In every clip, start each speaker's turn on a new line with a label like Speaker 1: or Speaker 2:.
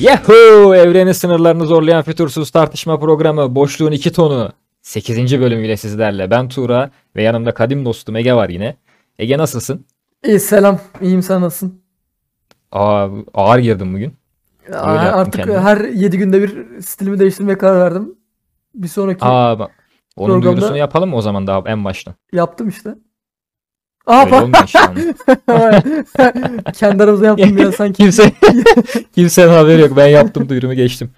Speaker 1: Yahoo! Evrenin sınırlarını zorlayan fütursuz tartışma programı Boşluğun 2 Tonu 8. bölümüyle sizlerle. Ben Tuğra ve yanımda kadim dostum Ege var yine. Ege nasılsın?
Speaker 2: İyi selam. İyiyim sen nasılsın?
Speaker 1: Aa, ağır girdim bugün.
Speaker 2: Aa,
Speaker 1: yaptın
Speaker 2: artık
Speaker 1: kendini.
Speaker 2: her 7 günde bir stilimi değiştirmeye karar verdim. Bir sonraki
Speaker 1: Aa, bak. Onun
Speaker 2: Programda-
Speaker 1: duyurusunu yapalım mı o zaman daha en baştan?
Speaker 2: yaptım işte. Aa
Speaker 1: Öyle olmuyor şu an.
Speaker 2: pardon. Kendi aramızda yaptım ya sanki.
Speaker 1: Kimse, kimsenin haberi yok. Ben yaptım duyurumu geçtim.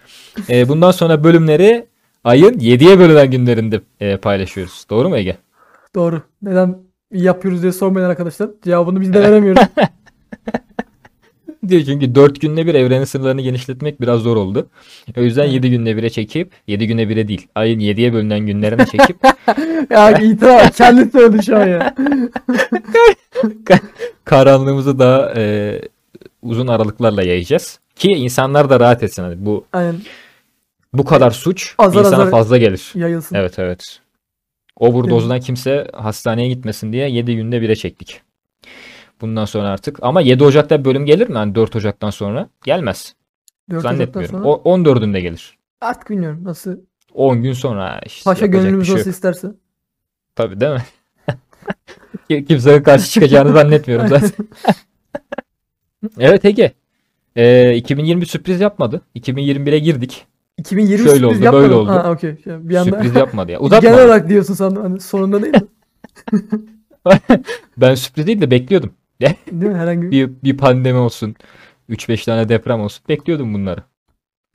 Speaker 1: Ee, bundan sonra bölümleri ayın 7'ye bölünen günlerinde e, paylaşıyoruz. Doğru mu Ege?
Speaker 2: Doğru. Neden yapıyoruz diye sormayın arkadaşlar. Cevabını biz de veremiyoruz.
Speaker 1: Diyor çünkü 4 günde bir evrenin sınırlarını genişletmek biraz zor oldu. O yüzden 7 günde 1'e çekip 7 güne 1'e değil. Ayın 7'ye bölünen günlerine çekip
Speaker 2: ya itiraf kendisi söyledi şu an ya.
Speaker 1: karanlığımızı daha e, uzun aralıklarla yayacağız. Ki insanlar da rahat etsin. Hani bu
Speaker 2: Aynen.
Speaker 1: bu kadar suç
Speaker 2: Azar
Speaker 1: insana
Speaker 2: azar.
Speaker 1: fazla gelir.
Speaker 2: Yayılsın.
Speaker 1: Evet evet. Overdozdan kimse hastaneye gitmesin diye 7 günde 1'e çektik. Bundan sonra artık. Ama 7 Ocak'ta bir bölüm gelir mi? Yani 4 Ocak'tan sonra. Gelmez.
Speaker 2: Dört Ocak'tan
Speaker 1: Zannetmiyorum.
Speaker 2: sonra.
Speaker 1: O 14'ünde gelir.
Speaker 2: Artık bilmiyorum nasıl.
Speaker 1: 10 gün sonra işte
Speaker 2: Paşa
Speaker 1: yapacak
Speaker 2: gönlümüz
Speaker 1: bir şey
Speaker 2: nasıl
Speaker 1: yok.
Speaker 2: isterse.
Speaker 1: Tabii değil mi? Ki- Kimsenin karşı çıkacağını zannetmiyorum zaten. evet Ege. Ee, 2020 sürpriz yapmadı. 2021'e girdik.
Speaker 2: 2020
Speaker 1: Şöyle
Speaker 2: sürpriz
Speaker 1: oldu, böyle
Speaker 2: yapmadım.
Speaker 1: oldu.
Speaker 2: Ha okey. Şey, Bir anda
Speaker 1: Sürpriz yapmadı ya. Uzatma.
Speaker 2: genel olarak diyorsun sen hani sonunda değil mi?
Speaker 1: Ben sürpriz değil de bekliyordum.
Speaker 2: Değil mi? Herhangi bir
Speaker 1: Bir, bir pandemi olsun. 3-5 tane deprem olsun. Bekliyordum bunları.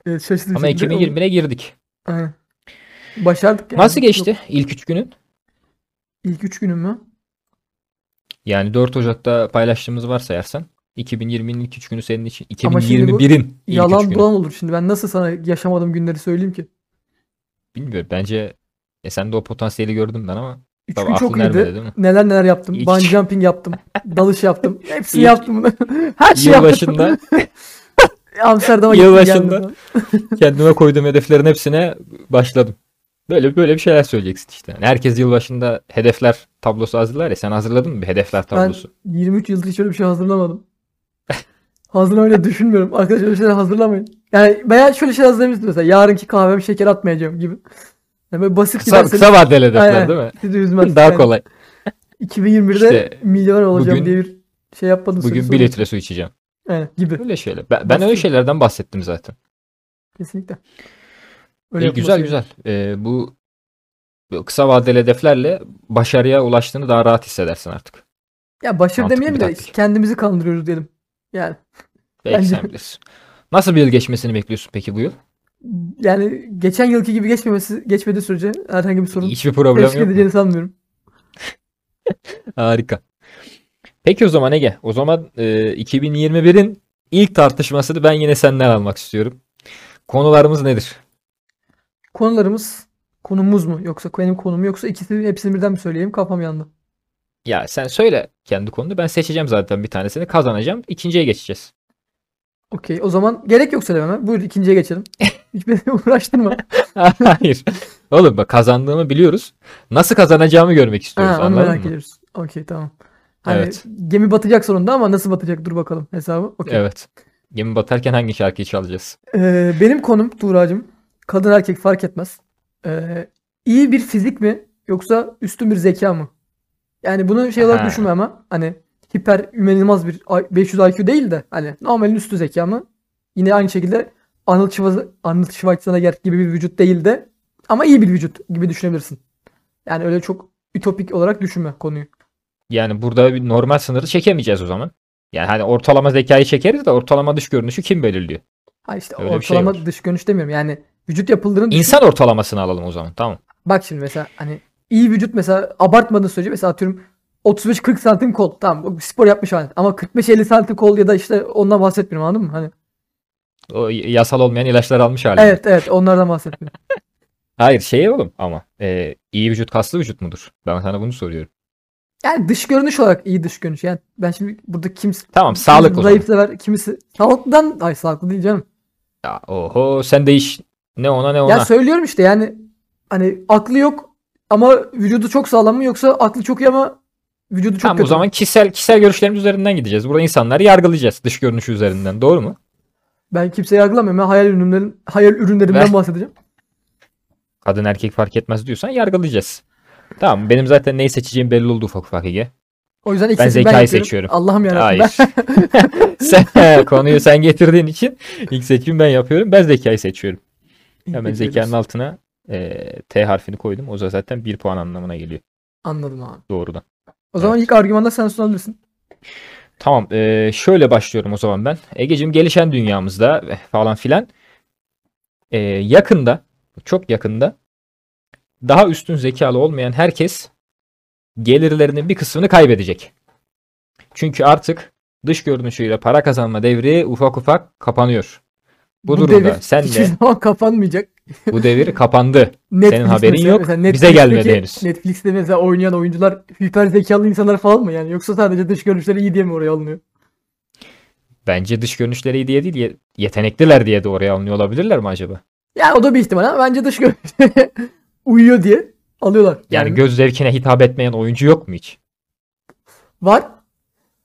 Speaker 2: Evet, şaşırtıcı
Speaker 1: Ama
Speaker 2: bir şekilde oldu.
Speaker 1: 2021'e girdik.
Speaker 2: Aynen. Başardık yani.
Speaker 1: Nasıl geçti
Speaker 2: Yok,
Speaker 1: ilk 3 günün?
Speaker 2: İlk 3 günüm mü?
Speaker 1: Yani 4 Ocak'ta paylaştığımız varsayarsan 2020'nin ilk 3 günü senin için.
Speaker 2: Ama şimdi bu
Speaker 1: 2021'in ilk 3
Speaker 2: Yalan
Speaker 1: günü.
Speaker 2: dolan olur şimdi. Ben nasıl sana yaşamadığım günleri söyleyeyim ki?
Speaker 1: Bilmiyorum bence e sen de o potansiyeli gördün ben ama
Speaker 2: 3
Speaker 1: Tabii
Speaker 2: gün
Speaker 1: aklın
Speaker 2: çok
Speaker 1: ermedi,
Speaker 2: iyiydi.
Speaker 1: değil mi?
Speaker 2: Neler neler yaptım.
Speaker 1: İlk-
Speaker 2: Bungee jumping yaptım. Dalış yaptım. Hepsini
Speaker 1: İlk-
Speaker 2: yaptım. Her şeyi yaptım.
Speaker 1: yılbaşında
Speaker 2: Amsterdam'a gittim
Speaker 1: Yılbaşında-
Speaker 2: geldim.
Speaker 1: kendime koyduğum hedeflerin hepsine başladım. Böyle böyle bir şeyler söyleyeceksin işte. Yani herkes yılbaşında hedefler tablosu hazırlar ya sen hazırladın mı bir hedefler tablosu?
Speaker 2: Ben 23 yıldır hiç öyle bir şey hazırlamadım. Hazırlamayı da düşünmüyorum. Arkadaşlar öyle şeyler hazırlamayın. Yani veya şöyle şeyler hazırlayabilirsiniz mesela. Yarınki kahvem şeker atmayacağım gibi. Yani böyle basit
Speaker 1: Kısa,
Speaker 2: giderseniz
Speaker 1: kısa vadeli hedefler
Speaker 2: şey- Aynen. şey-
Speaker 1: değil mi?
Speaker 2: sizi üzmez.
Speaker 1: Daha
Speaker 2: Yani-
Speaker 1: kolay.
Speaker 2: 2021'de
Speaker 1: İşte
Speaker 2: milyoner olacağım
Speaker 1: bugün-
Speaker 2: diye bir şey yapmadım.
Speaker 1: Bugün
Speaker 2: sözü
Speaker 1: bir
Speaker 2: sorun.
Speaker 1: litre su içeceğim.
Speaker 2: Aynen, gibi.
Speaker 1: Öyle şeyler. Ben, ben
Speaker 2: Basit.
Speaker 1: öyle şeylerden bahsettim zaten.
Speaker 2: Kesinlikle.
Speaker 1: İyi,
Speaker 2: yapılması
Speaker 1: E, güzel
Speaker 2: gerekiyor.
Speaker 1: güzel. Ee, bu bu kısa vadeli hedeflerle başarıya ulaştığını daha rahat hissedersin artık.
Speaker 2: Ya başarı
Speaker 1: Mantıklı
Speaker 2: demeyelim
Speaker 1: bir
Speaker 2: de
Speaker 1: taktik.
Speaker 2: kendimizi kandırıyoruz diyelim. Yani
Speaker 1: Belki
Speaker 2: Bence-
Speaker 1: sen bilirsin. Nasıl bir yıl geçmesini bekliyorsun peki bu yıl?
Speaker 2: yani geçen yılki gibi geçmemesi geçmediği sürece herhangi bir sorun
Speaker 1: Hiçbir problem
Speaker 2: teşkil
Speaker 1: yok. mu?
Speaker 2: edeceğini sanmıyorum.
Speaker 1: Harika. Peki o zaman Ege, o zaman e, 2021'in ilk tartışmasını ben yine senden almak istiyorum. Konularımız nedir?
Speaker 2: Konularımız konumuz mu yoksa benim konum yoksa ikisi hepsini birden mi söyleyeyim kafam yandı.
Speaker 1: Ya sen söyle kendi konunu, ben seçeceğim zaten bir tanesini, kazanacağım, ikinciye geçeceğiz.
Speaker 2: Okey o zaman gerek yok söylememe. Buyur ikinciye geçelim. Hiç beni uğraştırma.
Speaker 1: Hayır. Oğlum bak kazandığımı biliyoruz. Nasıl kazanacağımı görmek istiyoruz,
Speaker 2: Ha, onu
Speaker 1: anladın
Speaker 2: merak
Speaker 1: mı?
Speaker 2: ediyoruz. Okey tamam. Hani
Speaker 1: Evet.
Speaker 2: gemi batacak sonunda ama nasıl batacak dur bakalım hesabı. Okey.
Speaker 1: Evet. Gemi batarken hangi şarkıyı çalacağız?
Speaker 2: Ee, benim konum Tuğra'cığım. Kadın erkek fark etmez. Ee, iyi bir fizik mi yoksa üstün bir zeka mı? Yani bunu şey olarak
Speaker 1: Ha.
Speaker 2: düşünme ama hani hiper ümenilmez bir I- 500 IQ değil de hani normalin üstü zeka mı? Yine aynı şekilde Arnold Schwarz- Arnold Schwarzenegger gibi bir vücut değil de ama iyi bir vücut gibi düşünebilirsin. Yani öyle çok ütopik olarak düşünme konuyu.
Speaker 1: Yani burada bir normal sınırı çekemeyeceğiz o zaman. Yani hani ortalama zekayı çekeriz de ortalama dış görünüşü kim belirliyor?
Speaker 2: Ha işte
Speaker 1: Öyle bir şey
Speaker 2: ortalama
Speaker 1: var.
Speaker 2: dış görünüş demiyorum. Yani vücut yapıldığını düşün.
Speaker 1: İnsan ortalamasını alalım o zaman, tamam.
Speaker 2: Bak şimdi mesela hani iyi vücut mesela abartmadığın sürece mesela atıyorum 35-40 santim kol. Tamam bu spor yapmış halinde. Ama 45-50 santim kol ya da işte ondan bahsetmiyorum anladın mı? Hani
Speaker 1: O y- yasal olmayan ilaçlar almış halinde.
Speaker 2: evet evet onlardan bahsetmiyorum.
Speaker 1: Hayır şey oğlum ama e, iyi vücut kaslı vücut mudur? Ben sana bunu soruyorum.
Speaker 2: Yani dış görünüş olarak iyi dış görünüş. Yani ben şimdi burada kimisi
Speaker 1: Tamam sağlık o
Speaker 2: kimisi
Speaker 1: zaman.
Speaker 2: zayıf sever, kimisi sağlıklıdan ay sağlıklı değil canım.
Speaker 1: Ya, oho sen de iş ne ona ne ona.
Speaker 2: Ya söylüyorum işte yani hani aklı yok ama vücudu çok sağlam mı yoksa aklı çok iyi ama vücudu çok
Speaker 1: tamam
Speaker 2: kötü.
Speaker 1: o zaman kişisel kişisel görüşlerimiz üzerinden gideceğiz. Burada insanları yargılayacağız dış görünüşü üzerinden doğru mu?
Speaker 2: Ben kimseyi yargılamıyorum. Ben hayal ürünlerim, hayal ürünlerimden
Speaker 1: Ben-
Speaker 2: bahsedeceğim.
Speaker 1: Kadın erkek fark etmez diyorsan yargılayacağız. Tamam benim zaten neyi seçeceğim belli oldu ufak ufak Ege.
Speaker 2: O yüzden ilk
Speaker 1: Ben
Speaker 2: seçimi
Speaker 1: zekayı
Speaker 2: yapıyorum.
Speaker 1: seçiyorum.
Speaker 2: Allah'ım yarabbim.
Speaker 1: Hayır. sen, konuyu sen getirdiğin için ilk seçimi ben yapıyorum. Ben zekayı seçiyorum.
Speaker 2: Ben...
Speaker 1: Hemen zekanın altına eee, T harfini koydum. O da zaten bir puan anlamına geliyor
Speaker 2: Anladım abi.
Speaker 1: doğrudan.
Speaker 2: O zaman ilk argümanda sen sunabilirsin.
Speaker 1: Tamam eee, şöyle başlıyorum o zaman ben. Ege'cim gelişen dünyamızda eh, falan filan eee, yakında çok yakında daha üstün zekalı olmayan herkes gelirlerinin bir kısmını kaybedecek. Çünkü artık dış görünüşüyle para kazanma devri ufak ufak kapanıyor. Bu, durumda
Speaker 2: devir
Speaker 1: sen
Speaker 2: hiçbir
Speaker 1: de
Speaker 2: zaman kapanmayacak.
Speaker 1: bu devir kapandı.
Speaker 2: Netflix'te
Speaker 1: haberin
Speaker 2: mesela-
Speaker 1: yok,
Speaker 2: mesela
Speaker 1: bize
Speaker 2: Netflix'teki-
Speaker 1: gelmedi henüz.
Speaker 2: Netflix'te mesela oynayan oyuncular hiper zekalı insanlar falan mı yani? Yoksa sadece dış görünüşleri iyi diye mi oraya alınıyor?
Speaker 1: Bence dış görünüşleri iyi diye değil ye- yetenekliler diye de oraya alınıyor olabilirler mi acaba?
Speaker 2: Yani o da bir ihtimal ama bence dış görünüş uyuyor diye alıyorlar.
Speaker 1: Yani göz zevkine hitap etmeyen oyuncu yok mu hiç?
Speaker 2: var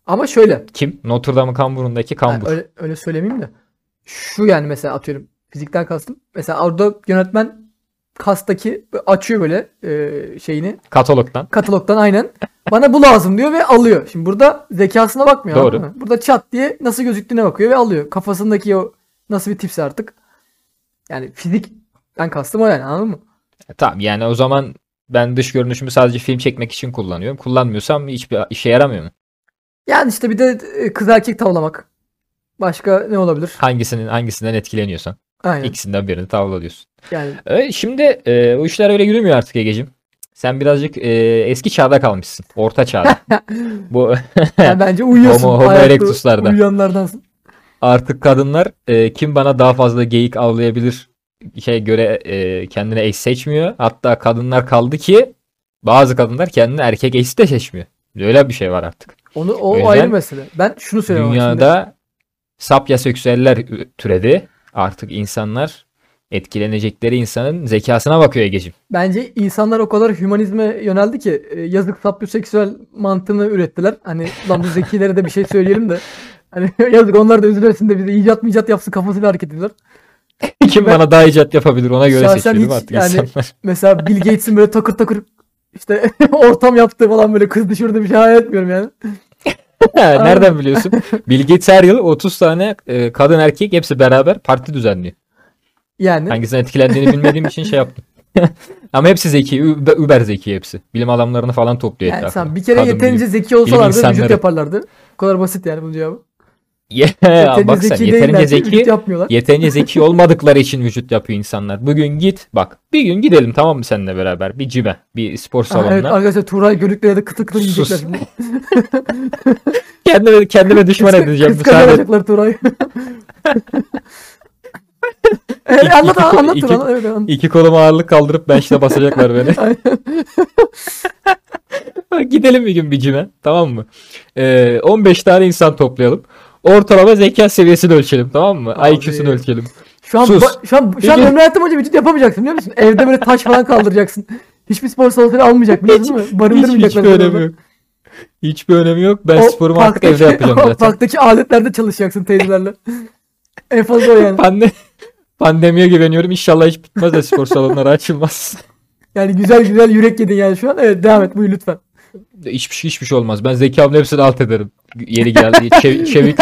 Speaker 2: ama şöyle
Speaker 1: Kim? Notre Dame'ın kamburundaki
Speaker 2: yani
Speaker 1: kambur.
Speaker 2: öyle, öyle söylemeyeyim de şu yani mesela atıyorum fizikten kastım. Mesela orada yönetmen kastaki açıyor böyle e, şeyini
Speaker 1: Katalogdan.
Speaker 2: katalogdan aynen bana bu lazım diyor ve alıyor. Şimdi burada zekasına bakmıyor.
Speaker 1: Doğru.
Speaker 2: anladın mı? Burada çat diye nasıl gözüktüğüne bakıyor ve alıyor. Kafasındaki o nasıl bir tipse artık. Yani fizikten kastım o yani anladın mı?
Speaker 1: E, Tamam yani o zaman ben dış görünüşümü sadece film çekmek için kullanıyorum. Kullanmıyorsam hiçbir işe yaramıyor mu?
Speaker 2: Yani işte bir de e, kız erkek tavlamak. Başka ne olabilir?
Speaker 1: Hangisinin hangisinden etkileniyorsan
Speaker 2: Aynen.
Speaker 1: ikisinden birini tavla diyorsun.
Speaker 2: Yani
Speaker 1: E, şimdi e, bu işler öyle yürümüyor artık Ege'cim. Sen birazcık e, eski çağda kalmışsın. Orta çağda. bu
Speaker 2: Yani bence uyuyorsun.
Speaker 1: Homo- homo
Speaker 2: Ayakta
Speaker 1: erectuslarda.
Speaker 2: Uyuyanlardansın.
Speaker 1: Artık kadınlar e, kim bana daha fazla geyik avlayabilir şey göre e, kendine eş seçmiyor. Hatta kadınlar kaldı ki bazı kadınlar kendine erkek eşi de seçmiyor. Öyle bir şey var artık.
Speaker 2: Onu
Speaker 1: O
Speaker 2: o
Speaker 1: yüzden
Speaker 2: ayrı mesele. Ben şunu söylüyorum.
Speaker 1: Dünyada sapyaseksüeller ü- türedi. Artık insanlar etkilenecekleri insanın zekasına bakıyor Ege'cim.
Speaker 2: Bence insanlar o kadar hümanizme yöneldi ki e, yazık sapyoseksüel mantığını ürettiler. Hani lan bu zekilere de bir şey söyleyelim de. Hani yazık onlar da üzülürsün de bize icat mı icat yapsın kafasıyla hareket ediyorlar.
Speaker 1: Kim bana daha icat yapabilir ona göre
Speaker 2: Şahsen
Speaker 1: seçiyor değil mi
Speaker 2: hiç
Speaker 1: artık
Speaker 2: yani-
Speaker 1: insanlar?
Speaker 2: Mesela Bill Gates'in böyle takır takır işte ortam yaptığı falan böyle kız düşürdüğü bir şey hayal etmiyorum yani.
Speaker 1: Nereden biliyorsun? Bill Gates her yıl 30 tane e, kadın erkek hepsi beraber parti düzenliyor.
Speaker 2: Yani
Speaker 1: Hangisine etkilendiğini bilmediğim için şey yaptım. Ama hepsi zeki, übe- über zeki hepsi. Bilim adamlarını falan topluyor
Speaker 2: yani
Speaker 1: etrafına.
Speaker 2: sen bir kere
Speaker 1: Kadın
Speaker 2: yeterince
Speaker 1: bilim-
Speaker 2: zeki olsalardı vücut
Speaker 1: insanları.
Speaker 2: yaparlardı. Bu kadar basit yani bunun cevabı.
Speaker 1: Yeah, Ee, bak sen yeterince
Speaker 2: değiller ki vücut
Speaker 1: zeki,
Speaker 2: yapmıyorlar.
Speaker 1: yeterince zeki olmadıkları için vücut yapıyor insanlar. Bugün git bak bir gün gidelim tamam mı seninle beraber bir cime, bir spor
Speaker 2: Aha,
Speaker 1: salonuna.
Speaker 2: Ah, evet arkadaşlar Turay Gölükler'e de kıtır kıtır
Speaker 1: Sus.
Speaker 2: yiyecekler şimdi.
Speaker 1: kendime, kendime düşman edeceğim.
Speaker 2: Kıskanç
Speaker 1: Müsaade.
Speaker 2: olacaklar Turay. evet, anlat
Speaker 1: iki-
Speaker 2: anlat
Speaker 1: iki-
Speaker 2: Turan. Evet, anlat.
Speaker 1: İki koluma ağırlık kaldırıp bench'te basacaklar beni. Bak Gidelim bir gün bir cime tamam mı? Ee, 15 tane insan toplayalım. Ortalama zeka seviyesini ölçelim tamam mı?
Speaker 2: Abi.
Speaker 1: IQ'sunu ölçelim.
Speaker 2: Şu an,
Speaker 1: Sus.
Speaker 2: ba- şu an, şu an
Speaker 1: Peki.
Speaker 2: Ömür Hayatım Hoca vücut yapamayacaksın biliyor musun? Evde böyle taş falan kaldıracaksın. Hiçbir spor salonu almayacak biliyorsun değil mi?
Speaker 1: Hiç, hiçbir
Speaker 2: Barındırmayacaklar.
Speaker 1: önemi yok. Hiçbir önemi yok. Ben sporumu artık evde yapacağım
Speaker 2: o
Speaker 1: zaten.
Speaker 2: Parktaki aletlerde çalışacaksın teyzelerle. en fazla o yani.
Speaker 1: Pande- Pandemiye güveniyorum. İnşallah hiç bitmez de spor salonları açılmaz.
Speaker 2: Yani güzel güzel yürek yedin yani şu an. Evet devam et buyur lütfen.
Speaker 1: hiçbir şey hiçbir şey olmaz. Ben zekamla hepsini alt ederim. Yeri geldi. Çev- çevik.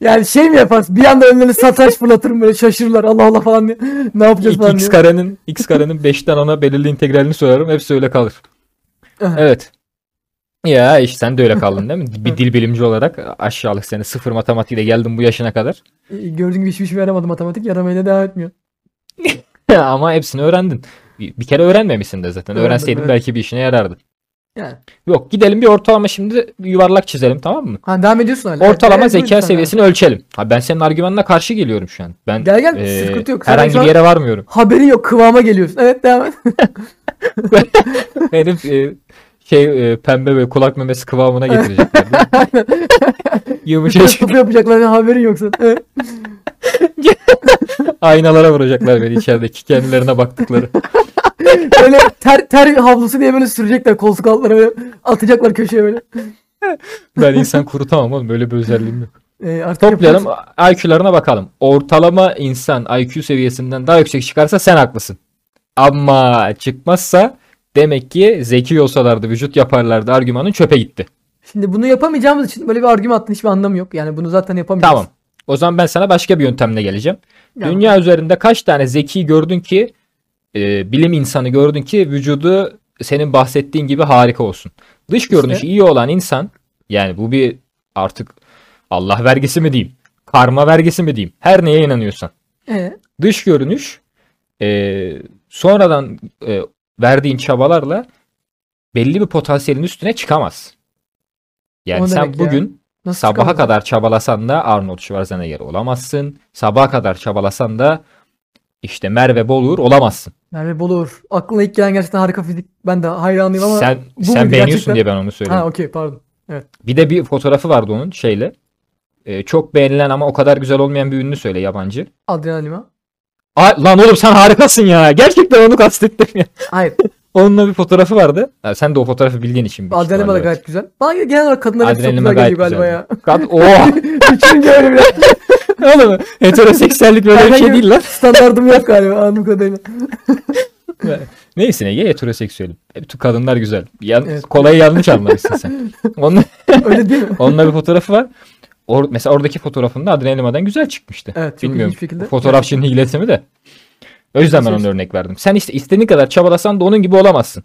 Speaker 2: Yani şey mi yaparsın? Bir anda önlerine satranç fırlatırım böyle şaşırırlar Allah Allah falan diye. ne yapacağız falan
Speaker 1: x
Speaker 2: diye.
Speaker 1: karenin x karenin 5'ten ona belirli integralini sorarım. Hepsi öyle kalır.
Speaker 2: Evet.
Speaker 1: evet. Ya işte sen de öyle kaldın değil mi? Bir dil bilimci olarak aşağılık seni sıfır matematiğe geldim bu yaşına kadar.
Speaker 2: Ee, Gördüğün gibi hiçbir işime yaramadı matematik. Yaramaya da devam etmiyor.
Speaker 1: Ama hepsini öğrendin. Bir bir kere öğrenmemişsin de zaten.
Speaker 2: Öğrendim,
Speaker 1: Öğrenseydin
Speaker 2: evet.
Speaker 1: belki bir işine yarardı.
Speaker 2: Yani.
Speaker 1: Yok gidelim bir ortalama şimdi yuvarlak çizelim tamam mı?
Speaker 2: Ha, devam ediyorsun hala.
Speaker 1: Ortalama
Speaker 2: Evet, buyur
Speaker 1: zeka
Speaker 2: lütfen,
Speaker 1: seviyesini ölçelim. Ha ben senin argümanına karşı geliyorum şu an. Ben
Speaker 2: Gel, gel,
Speaker 1: eee,
Speaker 2: sıkıntı yok. Sen şu
Speaker 1: herhangi
Speaker 2: an-
Speaker 1: bir yere varmıyorum.
Speaker 2: devam. Haberi yok kıvama geliyorsun. Evet devam et.
Speaker 1: Herif e, şey e, pembe böyle kulak memesi kıvamına getirecekler. Yumuşacık
Speaker 2: Topu yapacaklar haberin yok senin. Evet.
Speaker 1: aynalara vuracaklar beni içerideki kendilerine baktıkları.
Speaker 2: Böyle ter, ter havlusu diye böyle sürecekler koltuk altlarına böyle atacaklar köşeye böyle.
Speaker 1: Ben insan kurutamam oğlum böyle bir özelliğim yok.
Speaker 2: e, artık
Speaker 1: Toplayalım
Speaker 2: yaparız.
Speaker 1: IQ'larına bakalım. Ortalama insan IQ seviyesinden daha yüksek çıkarsa sen haklısın. Ama çıkmazsa demek ki zeki olsalardı vücut yaparlardı argümanın çöpe gitti.
Speaker 2: Şimdi bunu yapamayacağımız için böyle bir argüman attığın hiçbir anlamı yok. Yani bunu zaten yapamayacağız.
Speaker 1: Tamam. O zaman ben sana başka bir yöntemle geleceğim.
Speaker 2: Yani
Speaker 1: Dünya üzerinde kaç tane zeki gördün ki e, bilim insanı gördün ki vücudu senin bahsettiğin gibi harika olsun. Dış görünüşü iyi olan insan yani bu bir artık Allah vergisi mi diyeyim? Karma vergisi mi diyeyim? Her neye inanıyorsan.
Speaker 2: e,
Speaker 1: Dış görünüş e, sonradan e, verdiğin çabalarla belli bir potansiyelin üstüne çıkamaz. Yani
Speaker 2: O
Speaker 1: sen
Speaker 2: demek ya.
Speaker 1: bugün
Speaker 2: nasıl
Speaker 1: Sabaha
Speaker 2: çıkarız?
Speaker 1: kadar çabalasan da Arnold Schwarzenegger olamazsın. Sabaha kadar çabalasan da işte Merve Bolur olamazsın.
Speaker 2: Merve Bolur. Aklına ilk gelen gerçekten harika fizik. Ben de hayranıyım ama.
Speaker 1: sen
Speaker 2: bu
Speaker 1: sen
Speaker 2: muydu
Speaker 1: beğeniyorsun
Speaker 2: gerçekten?
Speaker 1: diye ben onu söylüyorum.
Speaker 2: Ha okey pardon.
Speaker 1: Bir de bir fotoğrafı vardı onun şeyle. Ee, çok beğenilen ama o kadar güzel olmayan bir ünlü söyle yabancı.
Speaker 2: Adrian Lima.
Speaker 1: Aa, lan oğlum sen harikasın ya. Gerçekten onu kastettim ya.
Speaker 2: Hayır.
Speaker 1: Onunla bir fotoğrafı vardı. Ha, sen de o fotoğrafı bildiğin için. büyük
Speaker 2: Adrian Lima da
Speaker 1: ihtimalle.
Speaker 2: gayet güzel. Bana genel olarak kadınlar hep çok
Speaker 1: Adrian
Speaker 2: güzel
Speaker 1: Lima gayet
Speaker 2: geliyor galiba
Speaker 1: güzel.
Speaker 2: ya.
Speaker 1: Kad- Oha!
Speaker 2: Bütün böyle bir
Speaker 1: Oh! Oğlum heteroseksüellik böyle bir şey değil lan.
Speaker 2: standartım yok galiba anladığım kadarıyla.
Speaker 1: Neyse ne ya heteroseksüelim. E, bütün kadınlar güzel. Yan,
Speaker 2: Evet.
Speaker 1: Kolayı yanlış anlamışsın sen. Onun,
Speaker 2: Öyle değil mi?
Speaker 1: onunla bir fotoğrafı var. Or, mesela oradaki fotoğrafında Adrian Lima'dan güzel çıkmıştı.
Speaker 2: Evet çok
Speaker 1: Bilmiyorum.
Speaker 2: ilginç bir şekilde.
Speaker 1: Fotoğrafçının hilesi mi de. O yüzden ben
Speaker 2: Neyse
Speaker 1: onu örnek verdim. Sen işte istediğin kadar çabalasan da onun gibi olamazsın.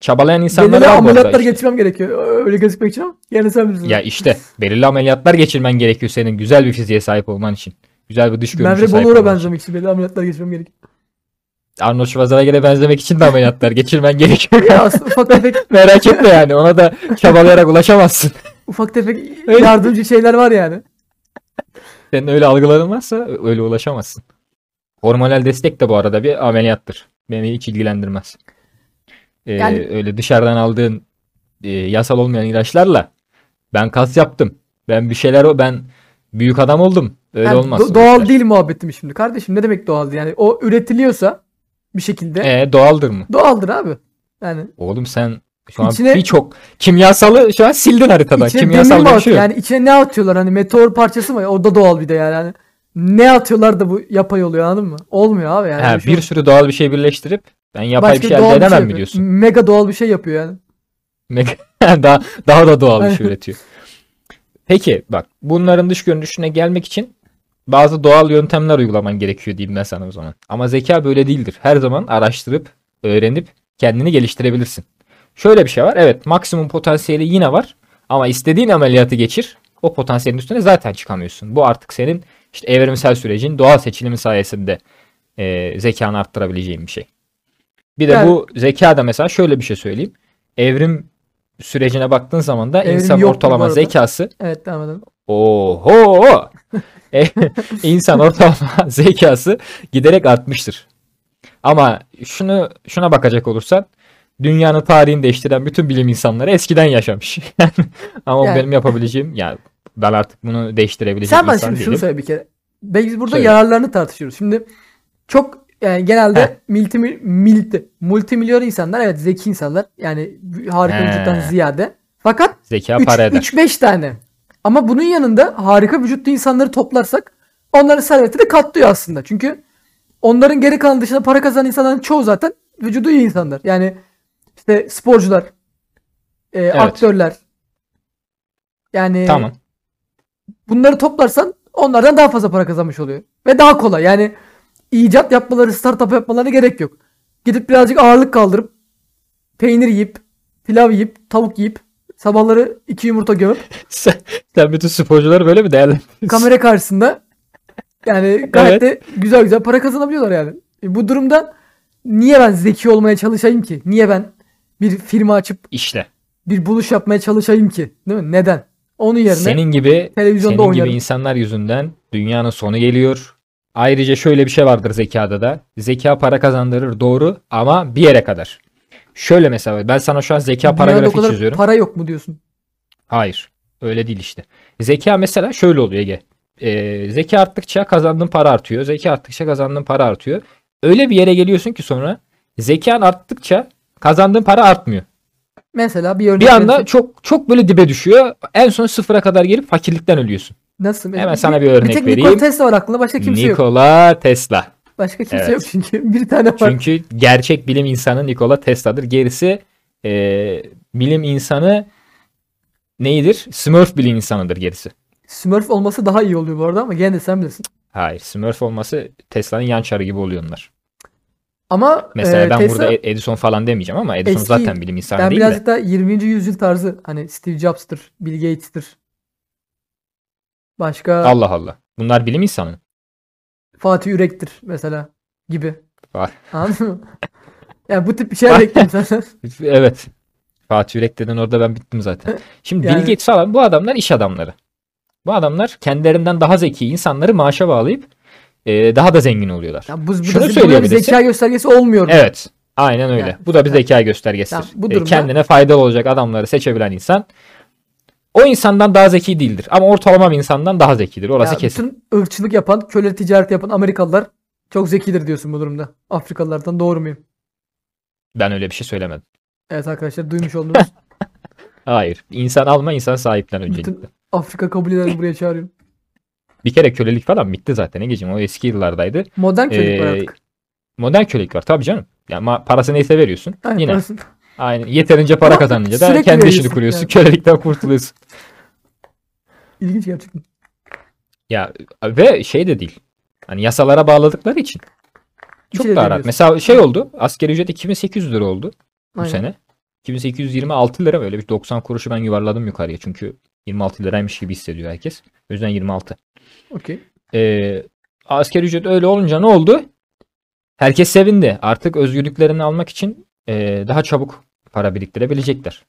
Speaker 1: Çabalayan insanlar
Speaker 2: Belirli
Speaker 1: var bu arada
Speaker 2: ameliyatlar
Speaker 1: işte.
Speaker 2: geçirmem gerekiyor. Öyle gözükmek için ama yani sen bilirsin.
Speaker 1: Ya işte belirli ameliyatlar geçirmen gerekiyor senin güzel bir fiziğe sahip olman için. Güzel bir dış görünüşe
Speaker 2: Merve
Speaker 1: sahip
Speaker 2: Bolur'a
Speaker 1: olman için.
Speaker 2: benzemek için belli ameliyatlar geçirmem gerekiyor.
Speaker 1: Arnold Schwarzenegger'e benzemek için de ameliyatlar geçirmen gerekiyor.
Speaker 2: Ya aslında ufak tefek
Speaker 1: Merak etme yani ona da çabalayarak ulaşamazsın.
Speaker 2: ufak tefek
Speaker 1: Öyle.
Speaker 2: yardımcı şeyler var yani.
Speaker 1: Senin öyle algıların varsa öyle ulaşamazsın. Hormonal destek de bu arada bir ameliyattır. Beni hiç ilgilendirmez. Ee,
Speaker 2: Yani-
Speaker 1: Öyle dışarıdan aldığın e, yasal olmayan ilaçlarla ben kas yaptım. Ben bir şeyler o ben büyük adam oldum. Öyle
Speaker 2: Yani
Speaker 1: olmaz.
Speaker 2: do- doğal değil muhabbetim şimdi kardeşim. Ne demek doğal yani? O üretiliyorsa bir şekilde
Speaker 1: Ee, doğaldır mı?
Speaker 2: doğaldır abi. Yani
Speaker 1: Oğlum sen şu an
Speaker 2: İçine-
Speaker 1: birçok kimyasalı şu an sildin haritadan.
Speaker 2: İçine
Speaker 1: Kimyasal
Speaker 2: demir mi
Speaker 1: diye bir
Speaker 2: at-
Speaker 1: şey yok.
Speaker 2: Yani içine ne atıyorlar hani meteor parçası mı? O da doğal bir de yani. Hani ne atıyorlar da bu yapay oluyor anladın mı? Olmuyor abi yani.
Speaker 1: Ha,
Speaker 2: Böyle şey
Speaker 1: bir
Speaker 2: olmaz.
Speaker 1: sürü doğal bir şey birleştirip ben yapay
Speaker 2: Başka
Speaker 1: bir şey
Speaker 2: doğal
Speaker 1: elde edemem mi
Speaker 2: yapıyor.
Speaker 1: diyorsun?
Speaker 2: Mega doğal bir şey yapıyor yani.
Speaker 1: Mega- daha daha da doğal bir şey
Speaker 2: Aynen.
Speaker 1: üretiyor. Peki bak bunların dış görünüşüne gelmek için bazı doğal yöntemler uygulaman gerekiyor diyeyim ben sana o zaman. Ama zeka böyle değildir. Her zaman araştırıp, öğrenip kendini geliştirebilirsin. Şöyle bir şey var. Evet, maksimum potansiyeli yine var ama istediğin ameliyatı geçir. O potansiyelin üstüne zaten çıkamıyorsun. Bu artık senin işte evrimsel sürecin doğal seçilimi sayesinde e, zekanı arttırabileceğin bir şey. Bir de
Speaker 2: Yani-
Speaker 1: bu zeka da mesela şöyle bir şey söyleyeyim. Evrim sürecine baktığın zaman da
Speaker 2: Evrim
Speaker 1: insan
Speaker 2: yoktur bu
Speaker 1: ortalama
Speaker 2: arada.
Speaker 1: zekası
Speaker 2: Evet devam edelim.
Speaker 1: oho E, insan ortalama zekası giderek artmıştır. Ama şunu şuna bakacak olursan dünyanın tarihini değiştiren bütün bilim insanları eskiden yaşamış. Ama bu
Speaker 2: Yani.
Speaker 1: benim yapabileceğim yani ben artık bunu değiştirebileceğim
Speaker 2: Sen bana
Speaker 1: insan
Speaker 2: şimdi şunu
Speaker 1: değilim.
Speaker 2: söyle bir kere. Belki biz burada
Speaker 1: Söyle.
Speaker 2: yararlarını tartışıyoruz. Şimdi çok yani
Speaker 1: Heh.
Speaker 2: genelde multi, multi, multimilyon insanlar evet zeki insanlar yani harika
Speaker 1: He.
Speaker 2: vücuttan ziyade. Fakat
Speaker 1: Zeka
Speaker 2: Üç-
Speaker 1: para eder.
Speaker 2: üç beş tane. Ama bunun yanında harika vücutlu insanları toplarsak onların serveti de katlıyor aslında. Çünkü onların geri kalan dışında para kazanan insanların çoğu zaten vücudu iyi insanlar. Yani işte sporcular, e, aktörler. Yani
Speaker 1: Tamam.
Speaker 2: bunları toplarsan onlardan daha fazla para kazanmış oluyor. Ve daha kolay. Yani icat yapmaları, startup yapmalarına gerek yok. Gidip birazcık ağırlık kaldırıp peynir yiyip, pilav yiyip, tavuk yiyip, sabahları iki yumurta gömüp
Speaker 1: Sen, sen bütün sporcuları böyle mi değerlendiriyorsun?
Speaker 2: kamera karşısında yani gayet de güzel güzel para kazanabiliyorlar yani. E bu durumda niye ben zeki olmaya çalışayım ki? Niye ben bir firma açıp
Speaker 1: İşte.
Speaker 2: bir buluş yapmaya çalışayım ki? Değil mi? Neden? Onun yerine
Speaker 1: Senin gibi
Speaker 2: televizyonda
Speaker 1: Senin
Speaker 2: oynarım.
Speaker 1: gibi insanlar yüzünden dünyanın sonu geliyor. Ayrıca şöyle bir şey vardır zekada da. Zeka para kazandırır doğru ama bir yere kadar. Şöyle mesela ben sana şu an zeka
Speaker 2: Dünyada
Speaker 1: para
Speaker 2: o
Speaker 1: grafiği
Speaker 2: kadar
Speaker 1: çiziyorum.
Speaker 2: para yok mu diyorsun?
Speaker 1: Hayır. Öyle değil işte. Zeka mesela şöyle oluyor Ege. Ee, zeka arttıkça kazandığın para artıyor. Zeka arttıkça kazandığın para artıyor. Öyle bir yere geliyorsun ki sonra zekan arttıkça kazandığın para artmıyor.
Speaker 2: Mesela bir örnek
Speaker 1: Bir anda
Speaker 2: verirsen-
Speaker 1: çok çok böyle dibe düşüyor. En son sıfıra kadar gelip fakirlikten ölüyorsun.
Speaker 2: Nasıl?
Speaker 1: Hemen sana bir
Speaker 2: bir
Speaker 1: örnek
Speaker 2: tek Nikola
Speaker 1: vereyim.
Speaker 2: Tesla var aklında. Başka kimse yok.
Speaker 1: Nikola Tesla.
Speaker 2: Başka kimse
Speaker 1: Evet.
Speaker 2: yok çünkü. Bir tane var.
Speaker 1: Çünkü gerçek bilim insanı Nikola Tesla'dır. Gerisi e, bilim insanı neyidir? Smurf bilim insanıdır gerisi.
Speaker 2: Smurf olması daha iyi oluyor bu arada ama gene de sen bilirsin.
Speaker 1: Hayır. Smurf olması Tesla'nın yan çarı gibi oluyor onlar.
Speaker 2: Ama
Speaker 1: Mesela
Speaker 2: e,
Speaker 1: ben
Speaker 2: Tesla,
Speaker 1: burada Edison falan demeyeceğim ama Edison
Speaker 2: Eski-
Speaker 1: zaten bilim insanı
Speaker 2: ben
Speaker 1: değil de.
Speaker 2: birazcık daha 20. yüzyıl tarzı hani Steve Jobs'tır, Bill Gates'tir. Başka
Speaker 1: Allah Allah. Bunlar bilim insanı. mı?
Speaker 2: Fatih Ürek'tir mesela gibi.
Speaker 1: Var.
Speaker 2: Anladın mı? yani bu tip bir şey şeyler bekliyorum senden.
Speaker 1: Evet. Fatih Yürek dedin orada ben bittim zaten. Şimdi
Speaker 2: Yani-
Speaker 1: Bill Gates falan bu adamlar iş adamları. Bu adamlar kendilerinden daha zeki insanları maaşa bağlayıp e, daha da zengin oluyorlar.
Speaker 2: Yani bu, bu da-
Speaker 1: Şunu
Speaker 2: bu da bir
Speaker 1: söyleyebilirsin.
Speaker 2: zeka göstergesi olmuyor.
Speaker 1: Evet. Aynen öyle.
Speaker 2: Yani-
Speaker 1: bu da bir
Speaker 2: Yani-
Speaker 1: zeka göstergesidir.
Speaker 2: Yani bu
Speaker 1: E,
Speaker 2: durumda-
Speaker 1: kendine faydalı olacak adamları seçebilen insan o insandan daha zeki değildir. Ama ortalama bir insandan daha zekidir. Orası
Speaker 2: Ya
Speaker 1: kesin.
Speaker 2: Bütün ırkçılık yapan, köle ticareti yapan Amerikalılar çok zekidir diyorsun bu durumda. Afrikalılardan doğru muyum?
Speaker 1: Ben öyle bir şey söylemedim.
Speaker 2: Evet arkadaşlar duymuş oldunuz.
Speaker 1: Hayır. İnsan alma, insan sahiplen öncelikle.
Speaker 2: Afrika kabileleri buraya çağırıyorum.
Speaker 1: Bir kere kölelik falan bitti zaten Ege'ciğim. O eski yıllardaydı.
Speaker 2: Modern kölelik var
Speaker 1: Ee,
Speaker 2: artık.
Speaker 1: Modern kölelik var tabii canım. Ya ma- parası neyse veriyorsun.
Speaker 2: Aynen,
Speaker 1: Yine
Speaker 2: parasını-
Speaker 1: aynı yeterince para
Speaker 2: Ama
Speaker 1: kazanınca da
Speaker 2: sürekli
Speaker 1: kendi işini
Speaker 2: veriyorsun
Speaker 1: kuruyorsun.
Speaker 2: yani.
Speaker 1: Kölelikten kurtuluyorsun.
Speaker 2: İlginç gerçekten.
Speaker 1: ya ve şey de değil. Hani yasalara bağladıkları için çok
Speaker 2: İçeri
Speaker 1: daha rahat.
Speaker 2: dönüyorsun.
Speaker 1: Mesela şey oldu. Asgari ücret 2800 lira oldu bu
Speaker 2: Aynen.
Speaker 1: sene. 2826 lira böyle bir 90 kuruşu ben yuvarladım yukarıya. Çünkü 26 liraymış gibi hissediyor herkes. O yüzden 26.
Speaker 2: Okey.
Speaker 1: Ee, asgari ücret öyle olunca ne oldu? Herkes sevindi. Artık özgürlüklerini almak için ee, daha çabuk para biriktirebilecekler.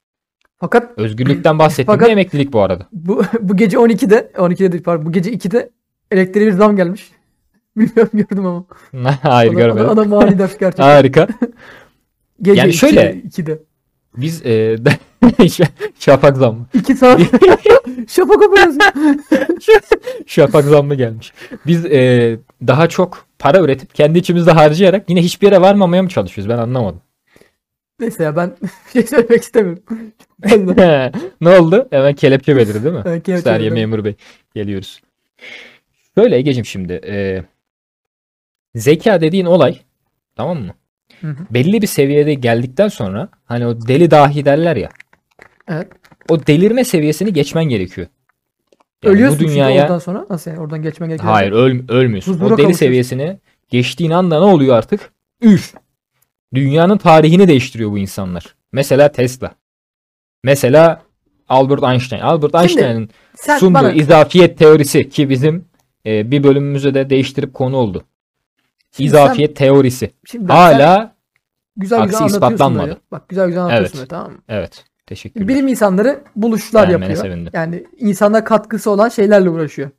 Speaker 2: Fakat
Speaker 1: Özgürlükten bahsettiğimde
Speaker 2: Fakat-
Speaker 1: emeklilik bu arada.
Speaker 2: bu bu gece 12'de 12'de değil pardon bu gece 2'de elektriğe bir zam gelmiş. Bilmiyorum gördüm ama.
Speaker 1: Hayır
Speaker 2: adam,
Speaker 1: görmedim.
Speaker 2: Adam, adam manidar gerçekten.
Speaker 1: Harika.
Speaker 2: Gece
Speaker 1: Yani şöyle-
Speaker 2: 2'de.
Speaker 1: Biz e, şafak zammı.
Speaker 2: 2 saat. Şafak operasyonu.
Speaker 1: Şafak zammı gelmiş. Biz e, daha çok para üretip kendi içimizde harcayarak yine hiçbir yere varmamaya mı çalışıyoruz? Ben anlamadım.
Speaker 2: Neyse ya ben bir şey söylemek istemiyorum. Ben de-
Speaker 1: ne oldu? Hemen kelepçe belirdi değil mi?
Speaker 2: ben kelepçe
Speaker 1: Serya
Speaker 2: verdim.
Speaker 1: Memur Bey. Geliyoruz. Şöyle Ege'cim şimdi. e, zeka dediğin olay tamam mı?
Speaker 2: Hı hı.
Speaker 1: Belli bir seviyede geldikten sonra hani o deli dahi derler ya.
Speaker 2: Evet.
Speaker 1: O delirme seviyesini geçmen gerekiyor. Yani
Speaker 2: Ölüyorsun
Speaker 1: bu dünyaya
Speaker 2: oradan sonra. Nasıl yani oradan geçmen şey. gerekiyor.
Speaker 1: Hayır öl, ölmüyorsun.
Speaker 2: Huzura
Speaker 1: o deli
Speaker 2: kavuşuyorsun.
Speaker 1: seviyesini geçtiğin anda ne oluyor artık? Üf. Dünyanın tarihini değiştiriyor bu insanlar. Mesela Tesla. Mesela Albert Einstein. Albert
Speaker 2: Şimdi
Speaker 1: Einstein'ın
Speaker 2: Sen
Speaker 1: sunduğu
Speaker 2: bana
Speaker 1: izafiyet teorisi ki bizim e, bir bölümümüzü de değiştirip konu oldu.
Speaker 2: Şimdi
Speaker 1: izafiyet teorisi.
Speaker 2: şimdi bak, sen
Speaker 1: Hala
Speaker 2: güzel güzel
Speaker 1: aksi
Speaker 2: anlatıyorsun
Speaker 1: ispatlanmadı.
Speaker 2: böyle. Bak güzel güzel anlatıyorsun böyle, tamam mı?
Speaker 1: evet. Teşekkürler.
Speaker 2: Bilim insanları buluşlar
Speaker 1: Beğenmene
Speaker 2: yapıyor.
Speaker 1: sevindim.
Speaker 2: Yani insana katkısı olan şeylerle uğraşıyor.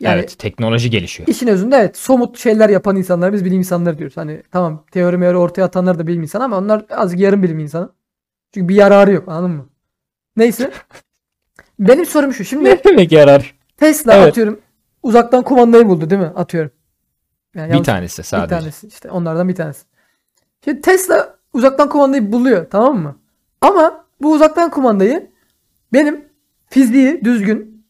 Speaker 2: Yani
Speaker 1: evet, teknoloji gelişiyor.
Speaker 2: işin özünde evet somut şeyler yapan insanlara biz bilim insanları diyoruz. Hani tamam teori meori ortaya atanlar da bilim insanı ama onlar azıcık yarım bilim insanı. Çünkü bir yararı yok anladın mı? Neyse. Benim sorum şu. Şimdi
Speaker 1: Ne demek yarar?
Speaker 2: Tesla
Speaker 1: Evet.
Speaker 2: atıyorum uzaktan kumandayı buldu değil mi? Atıyorum. Yani
Speaker 1: Bir
Speaker 2: yanlış-
Speaker 1: tanesi sadece.
Speaker 2: bir tanesi işte onlardan bir tanesi. Şimdi Tesla uzaktan kumandayı buluyor tamam mı? Ama bu uzaktan kumandayı benim fiziği düzgün